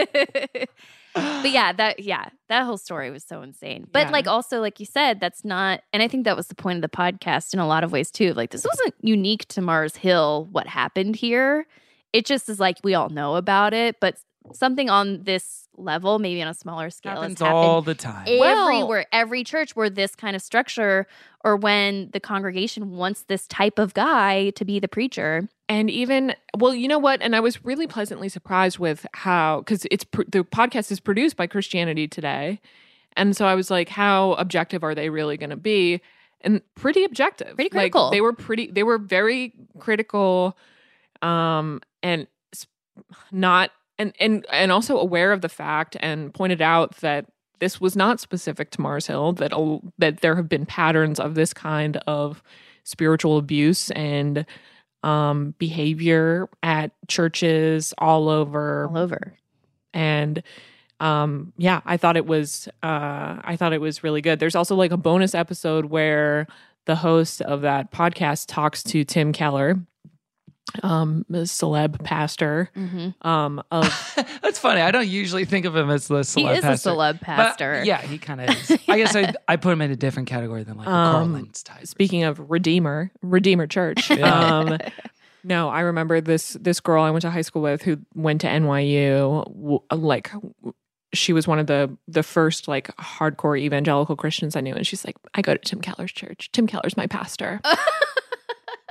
Speaker 3: but yeah, that yeah, that whole story was so insane. But
Speaker 12: Yeah.
Speaker 3: like also like you said, that's not and I think that was the point of the podcast in a lot of ways too. Like this wasn't unique to Mars Hill what happened here. It just is like we all know about it, but something on this level, maybe on a smaller scale, has
Speaker 9: Happens
Speaker 3: happened
Speaker 9: all the time.
Speaker 3: everywhere, every church where this kind of structure or when the congregation wants this type of guy to be the preacher.
Speaker 10: And even well, you know what? And I was really pleasantly surprised with how because it's pr- the podcast is produced by Christianity Today, and so I was like, how objective are they really going to be? And pretty objective, pretty
Speaker 3: critical.
Speaker 10: Like, they were pretty. They were very critical, um, and s- not and and and also aware of the fact and pointed out that this was not specific to Mars Hill. That a- that there have been patterns of this kind of spiritual abuse and um behavior at churches all over all
Speaker 3: over
Speaker 10: and um yeah i thought it was uh i thought it was really good there's also like a bonus episode where the host of that podcast talks to tim keller um a celeb pastor
Speaker 9: Mm-hmm.
Speaker 10: um of
Speaker 9: That's funny. I don't usually think of him as the celeb
Speaker 10: He is a
Speaker 9: pastor,
Speaker 10: celeb
Speaker 9: but
Speaker 10: pastor.
Speaker 9: yeah, he kind of is. I guess I, I put him in a different category than like a Carl
Speaker 10: Um,
Speaker 9: Lentz type.
Speaker 10: Speaking of Redeemer, Redeemer Church.
Speaker 9: Yeah.
Speaker 10: Um, no, I remember this this girl I went to high school with who went to NYU. w- Like, w- she was one of the the first like hardcore evangelical Christians I knew, and she's like, I go to Tim Keller's church. Tim Keller's my pastor.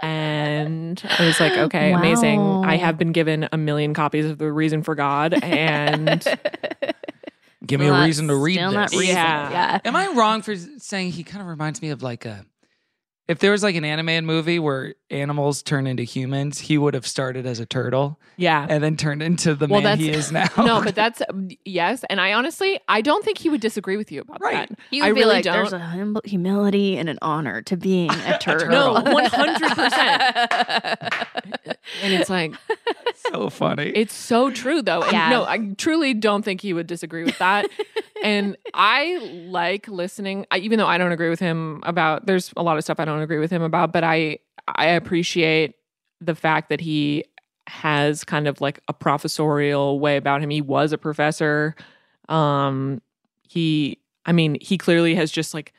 Speaker 10: And I was like, okay, amazing. I
Speaker 9: Wow.
Speaker 10: have been given a million copies of The Reason for God. And
Speaker 9: Give me a
Speaker 10: Not-
Speaker 9: reason to read
Speaker 10: still
Speaker 9: this.
Speaker 10: not reason. Yeah. Yeah.
Speaker 9: Am I wrong for saying he kind of reminds me of like a if there was like an anime movie where animals turn into humans, he would have started as a turtle.
Speaker 10: Yeah.
Speaker 9: And then turned into the man he is now.
Speaker 10: No, but that's um, yes. And I honestly, I don't think he would disagree with you about that.
Speaker 3: He would
Speaker 10: I
Speaker 3: be
Speaker 10: really
Speaker 3: like,
Speaker 10: don't.
Speaker 3: there's a hum- humility and an honor to being a turtle.
Speaker 10: No, 100%. and it's like
Speaker 9: so funny.
Speaker 10: It's so true though. And
Speaker 9: Yeah.
Speaker 10: No, I truly don't think he would disagree with that. and I like listening, I, even though I don't agree with him about. There's a lot of stuff I don't agree with him about, but I I appreciate the fact that he has kind of like a professorial way about him. He was a professor. Um, he I mean, he clearly has just like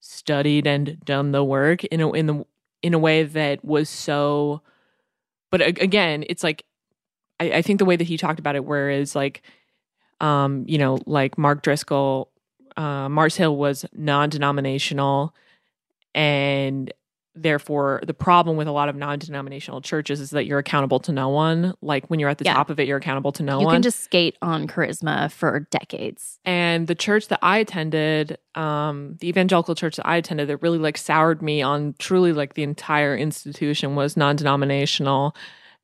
Speaker 10: studied and done the work in a in the in a way that was so but a- again, it's like I, I think the way that he talked about it whereas like um, you know, like Mark Driscoll, uh, Mars Hill was non-denominational and therefore the problem with a lot of non-denominational churches is that you're accountable to no one like when you're at the
Speaker 3: Yeah.
Speaker 10: top of it you're accountable to no
Speaker 3: you
Speaker 10: one
Speaker 3: can just skate on charisma for decades.
Speaker 10: and the church that I attended, um, the evangelical church that I attended, that really like soured me on truly like the entire institution was non-denominational,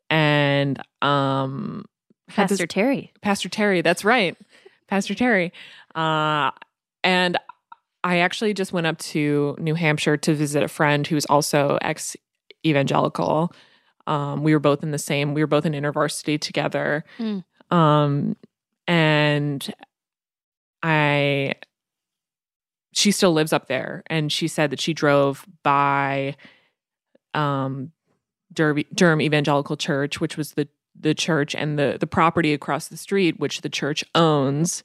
Speaker 10: and um, had
Speaker 3: Pastor Terry,
Speaker 10: Pastor Terry, that's right, Pastor Terry, uh, and I actually just went up to New Hampshire to visit a friend who's also ex-evangelical. Um, we were both in the same. We were both in intervarsity together
Speaker 3: Mm.
Speaker 10: um and i she still lives up there and she said that she drove by um Derby, Durham Evangelical Church which was the the church and the the property across the street which the church owns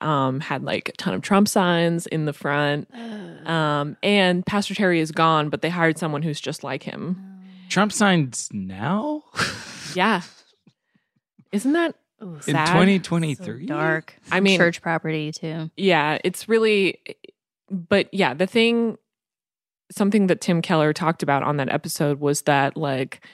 Speaker 10: um had like a ton of Trump signs in the front um and Pastor Terry is gone but they hired someone who's just like him
Speaker 9: Trump signs now
Speaker 10: yeah isn't that
Speaker 9: in
Speaker 10: sad?
Speaker 9: 2023.
Speaker 3: dark.
Speaker 10: I mean-
Speaker 3: church property too.
Speaker 10: yeah, it's really, but yeah, the thing, something that Tim Keller talked about on that episode was that like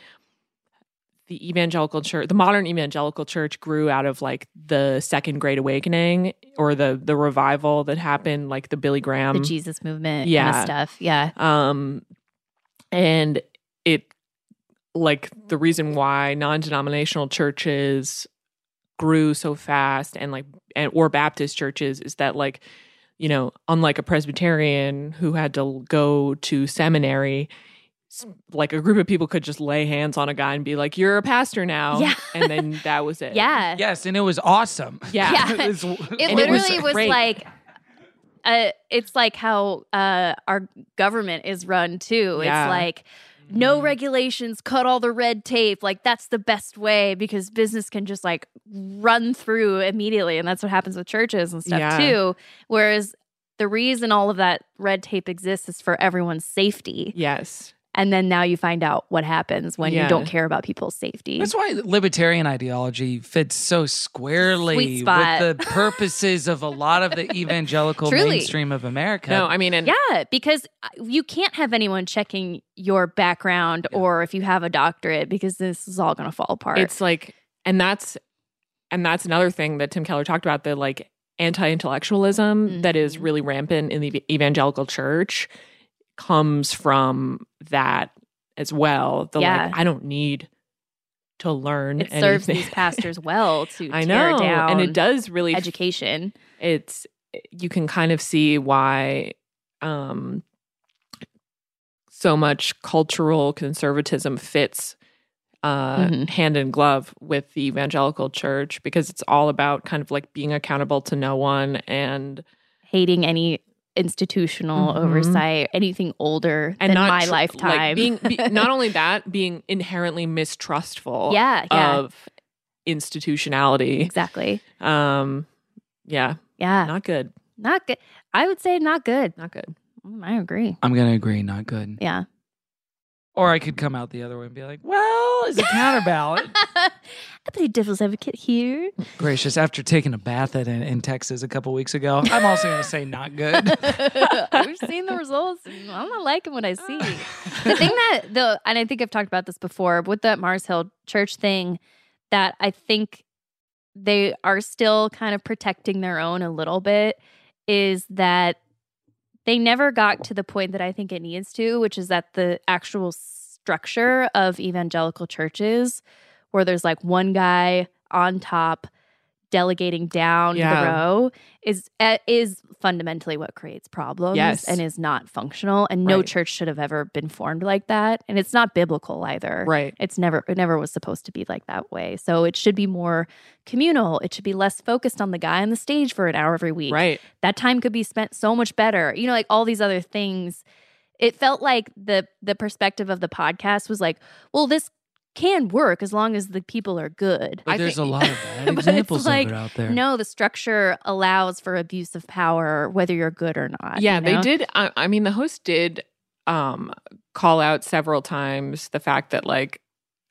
Speaker 10: the evangelical church, the modern evangelical church grew out of like the second great awakening or the, the revival that happened, like the Billy Graham,
Speaker 3: the Jesus movement, yeah,
Speaker 10: um, yeah.
Speaker 3: stuff. Yeah,
Speaker 10: um, and it like the reason why non-denominational churches grew so fast and like and or Baptist churches is that like you know unlike a Presbyterian who had to go to seminary s- like a group of people could just lay hands on a guy and be like you're a pastor now
Speaker 3: Yeah.
Speaker 10: and then that was it
Speaker 3: yeah.
Speaker 9: Yes, and it was awesome.
Speaker 10: yeah,
Speaker 3: Yeah.
Speaker 9: It's-
Speaker 3: It
Speaker 10: And it was
Speaker 3: literally was,
Speaker 10: great.
Speaker 3: like, uh, it's like how uh, our government is run too.
Speaker 10: Yeah.
Speaker 3: It's like no regulations, cut all the red tape. Like that's the best way because business can just like run through immediately, and that's what happens with churches and stuff
Speaker 10: Yeah.
Speaker 3: too. Whereas the reason all of that red tape exists is for everyone's safety.
Speaker 10: yes
Speaker 3: And then now you find out what happens when
Speaker 10: Yeah.
Speaker 3: you don't care about people's safety.
Speaker 9: That's why libertarian ideology fits so
Speaker 3: Sweet
Speaker 9: squarely with
Speaker 3: spot.
Speaker 9: the purposes of a lot of the evangelical
Speaker 3: Truly.
Speaker 9: mainstream of America.
Speaker 10: no i mean and
Speaker 3: Yeah, because uh, you can't have anyone checking your background or if you have a doctorate because this is all going to fall apart.
Speaker 10: It's like, and that's, and that's another thing that Tim Keller talked about the like anti intellectualism
Speaker 3: Mm-hmm.
Speaker 10: is really rampant in the evangelical church comes from that as well. The
Speaker 3: Yeah.
Speaker 10: like, I don't need to learn.
Speaker 3: it serves
Speaker 10: anything.
Speaker 3: these pastors well to
Speaker 10: I
Speaker 3: tear
Speaker 10: know,
Speaker 3: down
Speaker 10: and it does really
Speaker 3: education.
Speaker 10: it's you can kind of see why um so much cultural conservatism fits uh
Speaker 3: Mhm.
Speaker 10: hand in glove with the evangelical church because it's all about kind of like being accountable to no one and
Speaker 3: Hating any institutional
Speaker 10: Mhm.
Speaker 3: oversight, anything older
Speaker 10: and
Speaker 3: than
Speaker 10: not
Speaker 3: my
Speaker 10: tr- like,
Speaker 3: lifetime.
Speaker 10: being be, not only that being inherently mistrustful
Speaker 3: Yeah, yeah.
Speaker 10: of institutionality
Speaker 3: exactly.
Speaker 10: um yeah
Speaker 3: Yeah. Not,
Speaker 10: not good
Speaker 3: good. I would say not good.
Speaker 10: not good
Speaker 3: Mm, I agree.
Speaker 9: I'm gonna agree, not good.
Speaker 3: Yeah.
Speaker 9: Or I could come out the other way and be like, "Well, it's a counterbalance."
Speaker 3: I play devil's advocate here.
Speaker 9: Gracious, after taking a bath at, in, in Texas a couple weeks ago, I'm also gonna say not good.
Speaker 3: We've seen the results. I'm not liking what I see. The thing that the and I think I've talked about this before with that Mars Hill Church thing that I think they are still kind of protecting their own a little bit is that they never got to the point that I think it needs to, which is that the actual structure of evangelical churches where there's like one guy on top delegating down
Speaker 10: Yeah.
Speaker 3: the row is uh, is fundamentally what creates problems
Speaker 10: Yes.
Speaker 3: and is not functional and no
Speaker 10: Right.
Speaker 3: church should have ever been formed like that and it's not biblical either
Speaker 10: right
Speaker 3: it's never it never was supposed to be like that way so it should be more communal it should be less focused on the guy on the stage for an hour every week
Speaker 10: right
Speaker 3: that time could be spent so much better you know like all these other things it felt like the the perspective of the podcast was like well this can work as long as the people are good.
Speaker 9: But there's a lot of bad
Speaker 3: But it's
Speaker 9: examples of
Speaker 3: like,
Speaker 9: it out there.
Speaker 3: No, the structure allows for abuse of power, whether you're good or not.
Speaker 10: Yeah,
Speaker 3: you
Speaker 10: they
Speaker 3: know?
Speaker 10: did. I, I mean, the host did um, call out several times the fact that, like,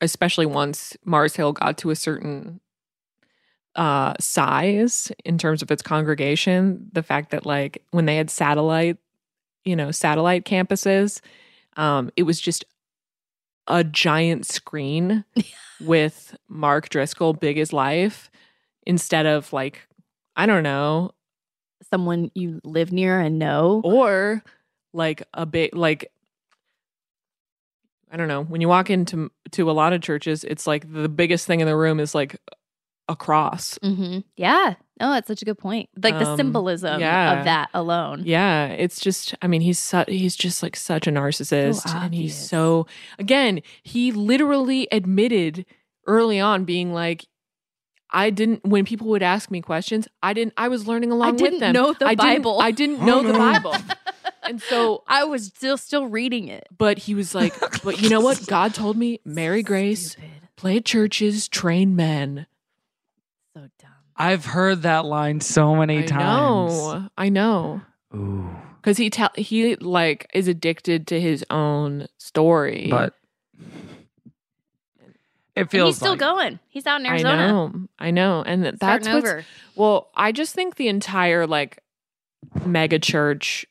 Speaker 10: especially once Mars Hill got to a certain uh, size in terms of its congregation, the fact that, like, when they had satellite, you know, satellite campuses, um, it was just a giant screen with Mark Driscoll, big as life, instead of like, I don't know,
Speaker 3: someone you live near and know,
Speaker 10: or like a big like I don't know. When you walk into to a lot of churches, it's like the biggest thing in the room is like a cross.
Speaker 3: hmm Yeah. Oh, that's such a good point. Like the
Speaker 10: Mm-hmm. Um,
Speaker 3: symbolism
Speaker 10: yeah.
Speaker 3: of that alone.
Speaker 10: Yeah, it's just I mean, he's su- he's just like such a narcissist and he's
Speaker 3: obvious.
Speaker 10: so again, he literally admitted early on being like I didn't when people would ask me questions, I didn't I was learning along
Speaker 3: didn't
Speaker 10: with them.
Speaker 3: know the
Speaker 10: I didn't-
Speaker 3: Bible.
Speaker 10: I didn't
Speaker 3: Oh,
Speaker 10: know the
Speaker 3: no.
Speaker 10: Bible. and so
Speaker 3: I was still still reading it.
Speaker 10: But he was like, but you know what? God told me, Mary Grace, play at churches, train men.
Speaker 9: I've heard that line so many
Speaker 10: I
Speaker 9: times.
Speaker 10: know. I know.
Speaker 9: Ooh.
Speaker 10: Because he tell he like is addicted to his own story.
Speaker 9: But it
Speaker 3: And
Speaker 9: feels
Speaker 3: he's still
Speaker 9: like
Speaker 3: going. He's out in
Speaker 10: I
Speaker 3: Arizona.
Speaker 10: know. I know. And th- that's
Speaker 3: Starting
Speaker 10: what's,
Speaker 3: over.
Speaker 10: well, I just think the entire like mega church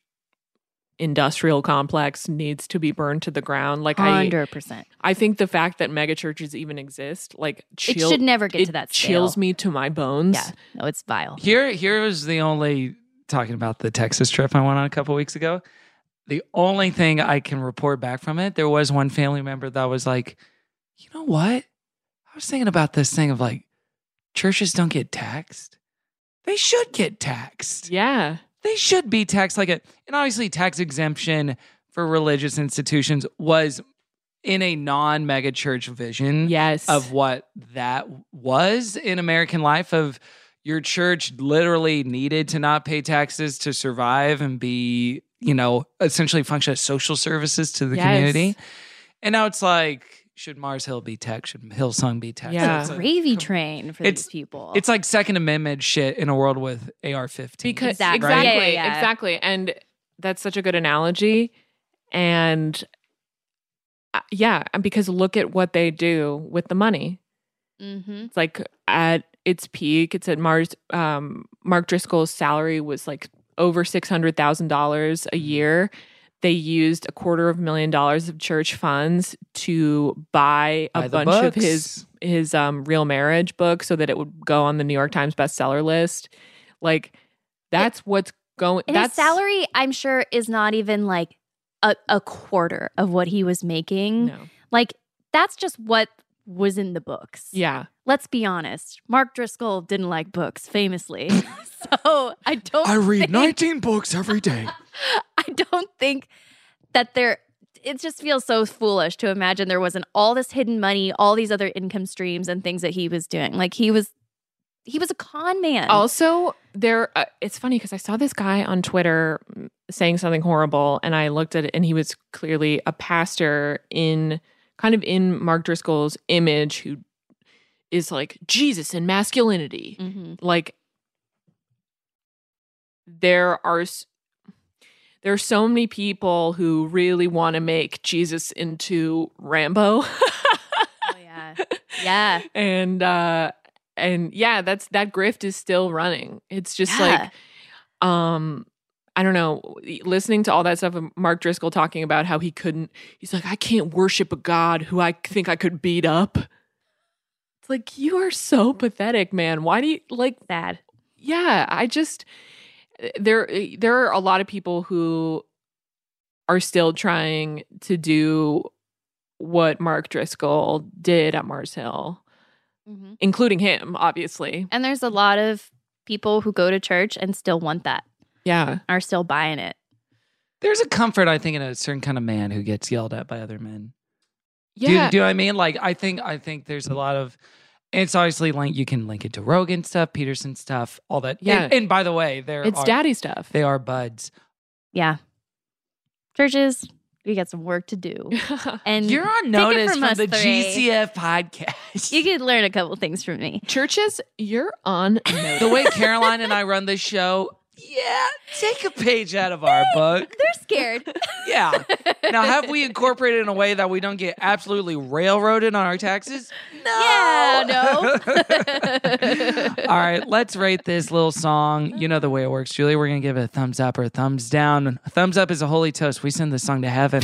Speaker 10: industrial complex needs to be burned to the ground. Like I
Speaker 3: Hundred percent.
Speaker 10: I think the fact that mega churches even exist, like, chill,
Speaker 3: should never get to
Speaker 10: it
Speaker 3: that scale.
Speaker 10: Chills me to my bones. Yeah,
Speaker 3: no, it's vile.
Speaker 9: Here, here was the only talking about the Texas trip I went on a couple weeks ago. The only thing I can report back from it, there was one family member that was like, "You know what? I was thinking about this thing of like churches don't get taxed. They should get taxed.
Speaker 10: Yeah,
Speaker 9: they should be taxed like a and obviously tax exemption for religious institutions was in a non mega church vision
Speaker 10: yes.
Speaker 9: of what that was in American life of your church literally needed to not pay taxes to survive and be, you know, essentially function as social services to the
Speaker 10: Yes.
Speaker 9: community. And now it's like, should Mars Hill be taxed? Should Hillsung be taxed?
Speaker 10: Yeah.
Speaker 9: It's, like-
Speaker 3: Gravy train for
Speaker 9: It's-
Speaker 3: these people.
Speaker 9: it's like Second Amendment shit in a world with AR 15.
Speaker 10: because
Speaker 3: Exactly.
Speaker 10: exactly,
Speaker 3: Yeah,
Speaker 10: exactly,
Speaker 3: yeah, yeah.
Speaker 10: And that's such a good analogy. And uh, yeah, and because look at what they do with the money.
Speaker 3: mm-hmm.
Speaker 10: It's like at its peak, it's at Mars. Um, Mark Driscoll's salary was like over six hundred thousand dollars
Speaker 9: Mm-hmm.
Speaker 10: a year. They used a quarter of a million dollars of church funds to buy
Speaker 9: Buy
Speaker 10: a
Speaker 9: the
Speaker 10: bunch of
Speaker 9: books.
Speaker 10: his his um, real marriage book so that it would go on the New York Times bestseller list. Like that's what's going.
Speaker 3: And his
Speaker 10: that's
Speaker 3: salary, I'm sure, is not even like a, a quarter of what he was making.
Speaker 10: No.
Speaker 3: Like that's just what was in the books.
Speaker 10: Yeah.
Speaker 3: Let's be honest. Mark Driscoll didn't like books, famously. so I don't.
Speaker 9: I read
Speaker 3: think-
Speaker 9: 19 books every day.
Speaker 3: I don't think that there. It just feels so foolish to imagine there wasn't all this hidden money, all these other income streams and things that he was doing. Like he was, he was a con man.
Speaker 10: Also, there uh, it's funny because I saw this guy on Twitter mm, saying something horrible, and I looked at it, and he was clearly a pastor in kind of in Mark Driscoll's image, who is like Jesus and masculinity.
Speaker 3: Mhm.
Speaker 10: Like there are s- there are so many people who really want to make Jesus into Rambo.
Speaker 3: Oh, yeah, yeah.
Speaker 10: and uh and yeah that's that grift is still running it's just
Speaker 3: Yeah.
Speaker 10: like um i don't know listening to all that stuff of mark driscoll talking about how he couldn't he's like i can't worship a god who i think i could beat up it's like you are so pathetic man why do you like
Speaker 3: that
Speaker 10: yeah i just there there are a lot of people who are still trying to do what mark driscoll did at mars hill
Speaker 3: Mhm.
Speaker 10: including him, obviously.
Speaker 3: And there's a lot of people who go to church and still want that,
Speaker 10: Yeah.
Speaker 3: are still buying it.
Speaker 9: There's a comfort, I think, in a certain kind of man who gets yelled at by other men.
Speaker 10: Yeah.
Speaker 9: Do, do you know what I mean? Like, I think, I think there's a lot of, and it's obviously like you can link it to Rogan stuff, Peterson stuff, all that.
Speaker 10: Yeah.
Speaker 9: And, and by the way, there
Speaker 10: It's
Speaker 9: are-
Speaker 10: daddy stuff.
Speaker 9: They are buds.
Speaker 3: Yeah. Churches, we got some work to do.
Speaker 9: And
Speaker 3: And
Speaker 9: you're
Speaker 3: take
Speaker 9: on
Speaker 3: it
Speaker 9: notice from,
Speaker 3: us
Speaker 9: the
Speaker 3: three.
Speaker 9: GCF podcast.
Speaker 3: You could learn a couple things from me.
Speaker 10: Churches, you're on notice.
Speaker 9: the way Caroline and I run this show. Yeah, take a page out of our book.
Speaker 3: They're scared.
Speaker 9: Yeah. Now, have we incorporated in a way that we don't get absolutely railroaded on our taxes?
Speaker 3: Yeah, no.
Speaker 9: All right, let's rate this little song. You know the way it works, Julie. We're gonna give it a thumbs up or a thumbs down. A thumbs up is a holy toast. We send the song to heaven.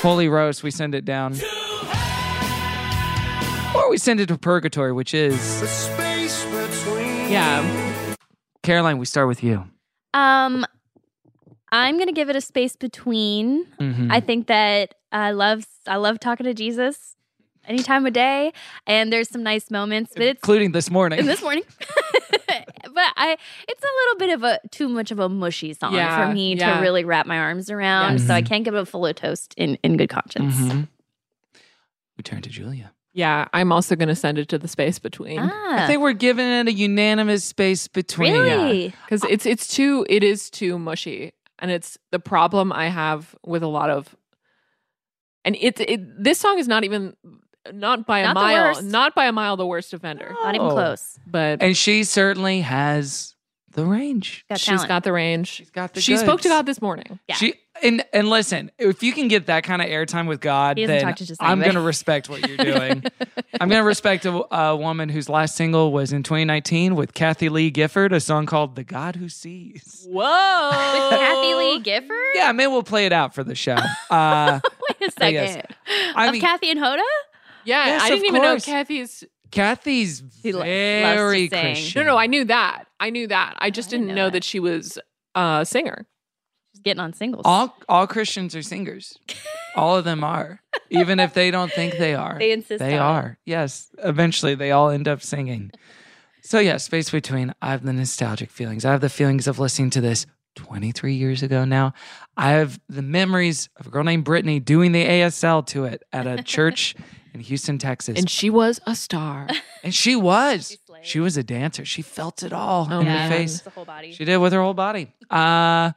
Speaker 9: Holy roast. We send it down. Or we send it to purgatory, which is
Speaker 8: Space between.
Speaker 9: yeah. Caroline, we start with you.
Speaker 3: Um, I'm gonna give it a space between.
Speaker 9: Mhm.
Speaker 3: I think that I love I love talking to Jesus any time of day, and there's some nice moments, but it's
Speaker 9: Including this morning.
Speaker 3: and this morning. but I, it's a little bit of a too much of a mushy song
Speaker 9: Yeah,
Speaker 3: for me
Speaker 9: yeah.
Speaker 3: to really wrap my arms around.
Speaker 9: Yeah.
Speaker 3: So I can't give it a full toast in in good conscience.
Speaker 9: Mhm. We turn to Julia.
Speaker 10: Yeah, I'm also going to send it to the space between.
Speaker 3: Ah,
Speaker 9: I think we're giving it a unanimous space between.
Speaker 10: Cuz it's it's too it is too mushy and it's the problem I have with a lot of and it, it this song is not even not by a
Speaker 3: Not the
Speaker 10: mile
Speaker 3: worst.
Speaker 10: not by a mile the worst offender.
Speaker 3: Not even
Speaker 9: Oh.
Speaker 3: close.
Speaker 10: But
Speaker 9: And she certainly has the range.
Speaker 3: Got
Speaker 10: she's
Speaker 3: talent.
Speaker 10: got the range. She's
Speaker 9: got the
Speaker 10: She spoke to
Speaker 9: goods.
Speaker 10: God this morning.
Speaker 3: Yeah.
Speaker 9: She and and listen, if you can get that kind of airtime with God,
Speaker 3: He doesn't
Speaker 9: then
Speaker 3: talk to Jesus
Speaker 9: I'm
Speaker 3: anyway.
Speaker 9: gonna respect what you're doing. I'm gonna respect a, a woman whose last single was in 2019 with Kathy Lee Gifford, a song called "The God Who Sees."
Speaker 10: Whoa.
Speaker 3: With Kathy
Speaker 9: Oh.
Speaker 3: Lee Gifford.
Speaker 9: Yeah, maybe we'll play it out for the show. Uh,
Speaker 3: Wait a
Speaker 9: I
Speaker 3: second.
Speaker 9: guess.
Speaker 3: of
Speaker 9: mean-
Speaker 3: Kathy and Hoda.
Speaker 10: Yeah,
Speaker 9: Yes,
Speaker 10: I
Speaker 9: of
Speaker 10: didn't even know
Speaker 9: course.
Speaker 10: Kathy's
Speaker 9: Kathy's
Speaker 3: lo- loves to
Speaker 9: very
Speaker 3: sing.
Speaker 9: Christian.
Speaker 10: No, no, I knew that. I knew that. I just didn't know that. she was a singer.
Speaker 3: She's getting on singles.
Speaker 9: All all Christians are singers. all of them are, even if they don't think they are.
Speaker 3: They insist
Speaker 9: They
Speaker 3: on it.
Speaker 9: are. Yes. Eventually, they all end up singing. So yeah, space between. I have the nostalgic feelings. I have the feelings of listening to this 23 years ago now. I have the memories of a girl named Brittany doing the ASL to it at a church in Houston, Texas.
Speaker 10: And she was a star.
Speaker 9: And she was. She was a dancer. She felt it all
Speaker 10: Oh,
Speaker 9: in
Speaker 10: man.
Speaker 9: her face.
Speaker 3: The whole body.
Speaker 9: She did with her whole body. Uh,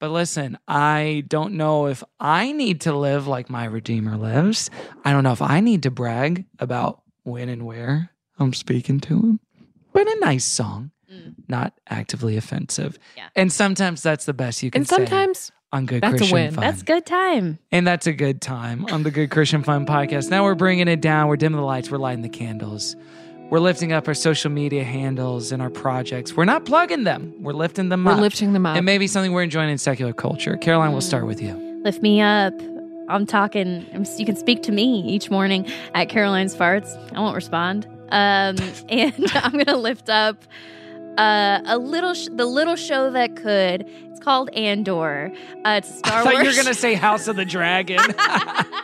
Speaker 9: but listen, I don't know if I need to live like my Redeemer lives. I don't know if I need to brag about when and where I'm speaking to him. But a nice song,
Speaker 10: Mm.
Speaker 9: not actively offensive. And sometimes that's the best you can
Speaker 10: and
Speaker 9: say
Speaker 10: sometimes
Speaker 9: on good
Speaker 10: that's a
Speaker 9: Christian
Speaker 10: win.
Speaker 9: fun.
Speaker 3: That's good time.
Speaker 9: And that's a good time on the Good Christian Fun podcast. Now we're bringing it down. We're dimming the lights. We're lighting the candles. We're lifting up our social media handles and our projects. We're not plugging them. We're lifting them
Speaker 10: we're
Speaker 9: up.
Speaker 10: lifting them up.
Speaker 9: And maybe something we're enjoying in secular culture. Caroline, we'll start with you.
Speaker 3: Lift me up. I'm talking. I'm, you can speak to me each morning at Caroline's Farts. I won't respond. Um, and I'm going to lift up uh, a little, sh- the little show that could. It's called Andor. Uh, it's a Star
Speaker 9: I thought
Speaker 3: Wars.
Speaker 9: you were going to say House of the Dragon.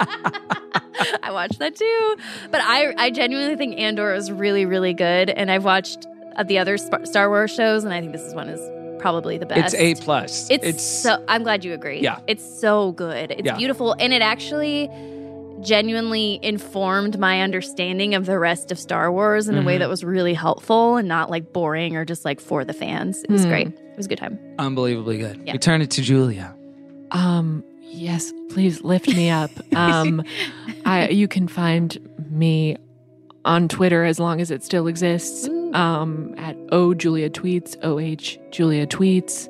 Speaker 3: I watched that too. But I, I genuinely think Andor is really, really good. And I've watched uh, the other Sp- Star Wars shows, and I think this is one is probably the best.
Speaker 9: it's A. plus.
Speaker 3: It's, so. I'm glad you agree.
Speaker 9: Yeah.
Speaker 3: it's so good. It's
Speaker 9: Yeah.
Speaker 3: beautiful, and it actually genuinely informed my understanding of the rest of Star Wars in a way
Speaker 9: Mhm.
Speaker 3: that was really helpful and not like boring or just like for the fans. It was
Speaker 10: Hmm.
Speaker 3: great. It was a good time.
Speaker 9: unbelievably good.
Speaker 3: Yeah.
Speaker 9: We turn it to Julia.
Speaker 10: um yes, please lift me up. Um I you can find me on Twitter as long as it still exists. Um at O Julia Tweets, O H Julia Tweets.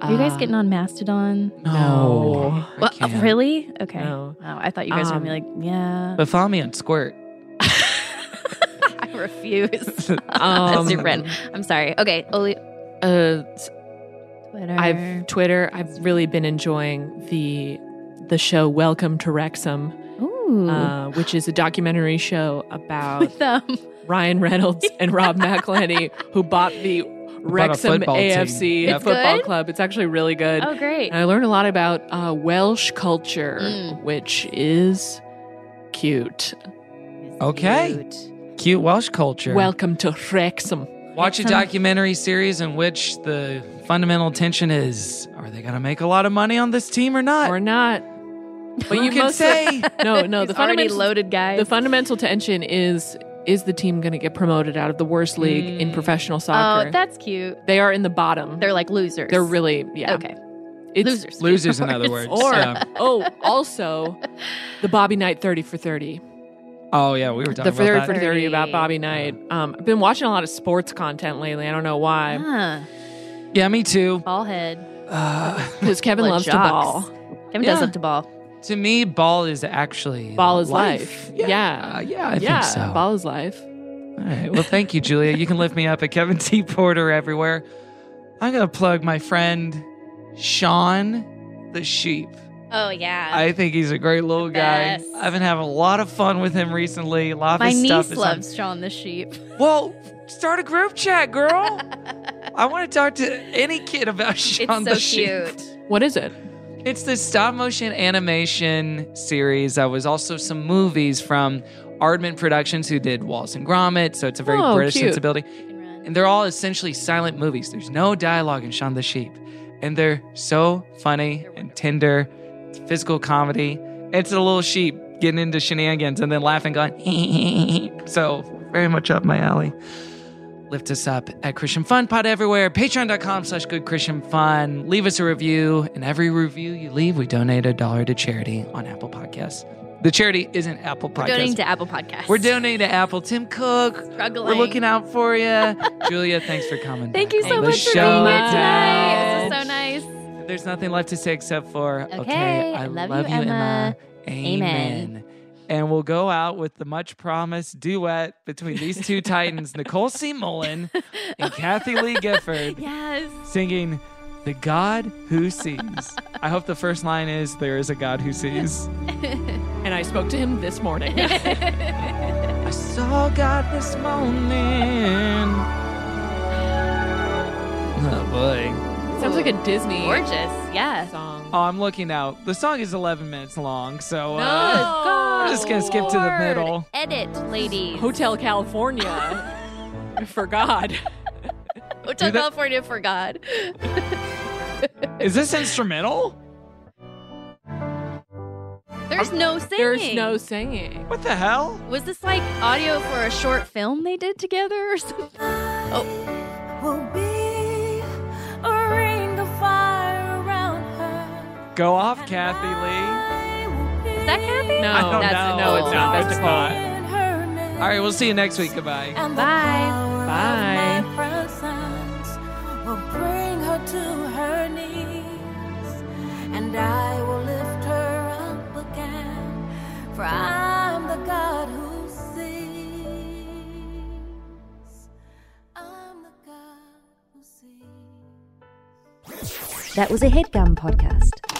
Speaker 3: Are you guys
Speaker 10: Uh,
Speaker 3: getting on Mastodon?
Speaker 10: No.
Speaker 9: Ah. I
Speaker 3: Well,
Speaker 9: can't. Um,
Speaker 3: really? Okay.
Speaker 10: No.
Speaker 3: Wow, I thought you guys were gonna be like, yeah.
Speaker 9: But follow me on Squirt.
Speaker 3: I refuse.
Speaker 9: Um,
Speaker 3: That's your friend. I'm sorry. Okay. Oli-
Speaker 10: Um, Uh
Speaker 3: Twitter.
Speaker 10: I've Twitter. I've really been enjoying the the show Welcome to Wrexham,
Speaker 3: Ooh.
Speaker 10: uh, which is a documentary show about
Speaker 3: with them.
Speaker 10: Ryan Reynolds and Rob McElhenney, who bought the Wrexham
Speaker 9: football team.
Speaker 10: AFC
Speaker 9: It's
Speaker 10: football
Speaker 3: good?
Speaker 10: club. It's actually really good.
Speaker 3: Oh, great.
Speaker 10: And I learned a lot about uh, Welsh culture,
Speaker 3: Mm.
Speaker 10: which is cute.
Speaker 9: Okay. Cute Welsh culture.
Speaker 10: Welcome to Wrexham.
Speaker 9: Watch a documentary series in which the fundamental tension is are they going to make a lot of money on this team or not?
Speaker 10: Or not. But
Speaker 9: Who
Speaker 10: you
Speaker 9: can
Speaker 10: must
Speaker 9: say?
Speaker 10: No, Oh, no.
Speaker 3: He's
Speaker 10: the
Speaker 3: already
Speaker 10: fundamentals-
Speaker 3: loaded guys.
Speaker 10: The fundamental tension is is the team going to get promoted out of the worst league in professional
Speaker 3: oh,
Speaker 10: soccer?
Speaker 3: that's cute.
Speaker 10: they are in the bottom.
Speaker 3: They're like losers.
Speaker 10: They're really yeah.
Speaker 3: okay.
Speaker 10: It's
Speaker 3: Losers.
Speaker 9: Losers, in other words.
Speaker 10: Or
Speaker 9: yeah.
Speaker 10: oh, also the Bobby Knight thirty for thirty.
Speaker 9: Oh yeah, we were
Speaker 10: the
Speaker 9: talking
Speaker 10: thirty
Speaker 9: about
Speaker 10: for
Speaker 9: that.
Speaker 10: thirty about Bobby Knight. Um, I've been watching a lot of sports content lately. I don't know why.
Speaker 3: Huh.
Speaker 9: Yeah, me too.
Speaker 3: Ball head.
Speaker 10: Because Kevin
Speaker 3: Like
Speaker 10: loves
Speaker 3: jocks.
Speaker 10: to ball.
Speaker 3: Kevin does love to ball.
Speaker 9: To me, ball is actually
Speaker 10: Ball is life. Yeah.
Speaker 9: Yeah, Uh, yeah, I think so.
Speaker 10: Ball is life.
Speaker 9: All right. Well, thank you, Julia. You can lift me up at Kevin T. Porter everywhere. I'm gonna plug my friend Sean the Sheep.
Speaker 3: Oh yeah.
Speaker 9: I think he's a great little guy.
Speaker 3: best.
Speaker 9: I've been having a lot of fun with him recently. A lot of
Speaker 3: My
Speaker 9: his stuff
Speaker 3: niece
Speaker 9: is
Speaker 3: loves Sean the sheep.
Speaker 9: Well, start a group chat, girl. I want to talk to any kid about Sean
Speaker 3: so
Speaker 9: the Sheep.
Speaker 3: cute.
Speaker 10: What is it?
Speaker 9: It's the stop motion animation series that was also some movies from Ardman Productions, who did Wallace and Gromit. So it's a very
Speaker 10: Oh,
Speaker 9: British
Speaker 10: cute.
Speaker 9: sensibility. And they're all essentially silent movies. There's no dialogue in Shaun the Sheep. And they're so funny and tender. It's physical comedy. It's a little sheep getting into shenanigans and then laughing, going, so very much up my alley. Lift us up at Christian Fun Pod everywhere, patreon.com slash good Christian Fun. Leave us a review, and every review you leave, we donate a dollar to charity on Apple Podcasts. The charity isn't Apple Podcasts.
Speaker 3: We're donating to Apple Podcasts.
Speaker 9: We're donating to Apple. Tim Cook, we're
Speaker 3: Struggling.
Speaker 9: looking out for you. Julia, thanks for coming.
Speaker 3: Thank
Speaker 9: back
Speaker 3: you
Speaker 9: on
Speaker 3: so
Speaker 9: the
Speaker 3: much for being
Speaker 9: show.
Speaker 3: here tonight. This is so nice.
Speaker 9: There's nothing left to say except for, okay,
Speaker 3: Okay,
Speaker 9: I,
Speaker 3: I love you,
Speaker 9: you,
Speaker 3: Emma.
Speaker 9: Amen.
Speaker 3: Amen.
Speaker 9: And we'll go out with the much promised duet between these two titans, Nicole C. Mullen and Kathy Lee Gifford,
Speaker 3: Yes.
Speaker 9: singing The God Who Sees. I hope the first line is, There is a God Who Sees.
Speaker 10: And I spoke to him this morning.
Speaker 9: I saw God this morning. Oh, boy.
Speaker 10: Sounds like a Disney
Speaker 3: Gorgeous. Yeah.
Speaker 10: song.
Speaker 9: Oh, I'm looking now. The song is 11 minutes long, so uh,
Speaker 10: No.
Speaker 9: we're just gonna skip to the
Speaker 3: Lord.
Speaker 9: middle.
Speaker 3: Oh. Edit, ladies.
Speaker 10: Hotel California. For God.
Speaker 3: Hotel
Speaker 9: Do that-
Speaker 3: California for God.
Speaker 9: Is this instrumental?
Speaker 3: There's no singing.
Speaker 10: There's no singing.
Speaker 9: What the hell?
Speaker 3: Was this like audio for a short film they did together or something? Oh,
Speaker 12: Will be a ring of fire around her.
Speaker 9: Go off, Kathy Lee.
Speaker 3: is that Kathy?
Speaker 10: No,
Speaker 9: I don't
Speaker 3: That's
Speaker 9: know.
Speaker 10: no, it's not. That's
Speaker 9: It's
Speaker 10: Nicole.
Speaker 9: not. All right, we'll see you next week. Goodbye.
Speaker 12: And the
Speaker 3: Bye.
Speaker 12: power of
Speaker 10: Bye.
Speaker 12: my presence will bring her to her knees, and I will lift her up again. For I'm the God who sees. I'm the God who sees.
Speaker 1: That was a headgum podcast.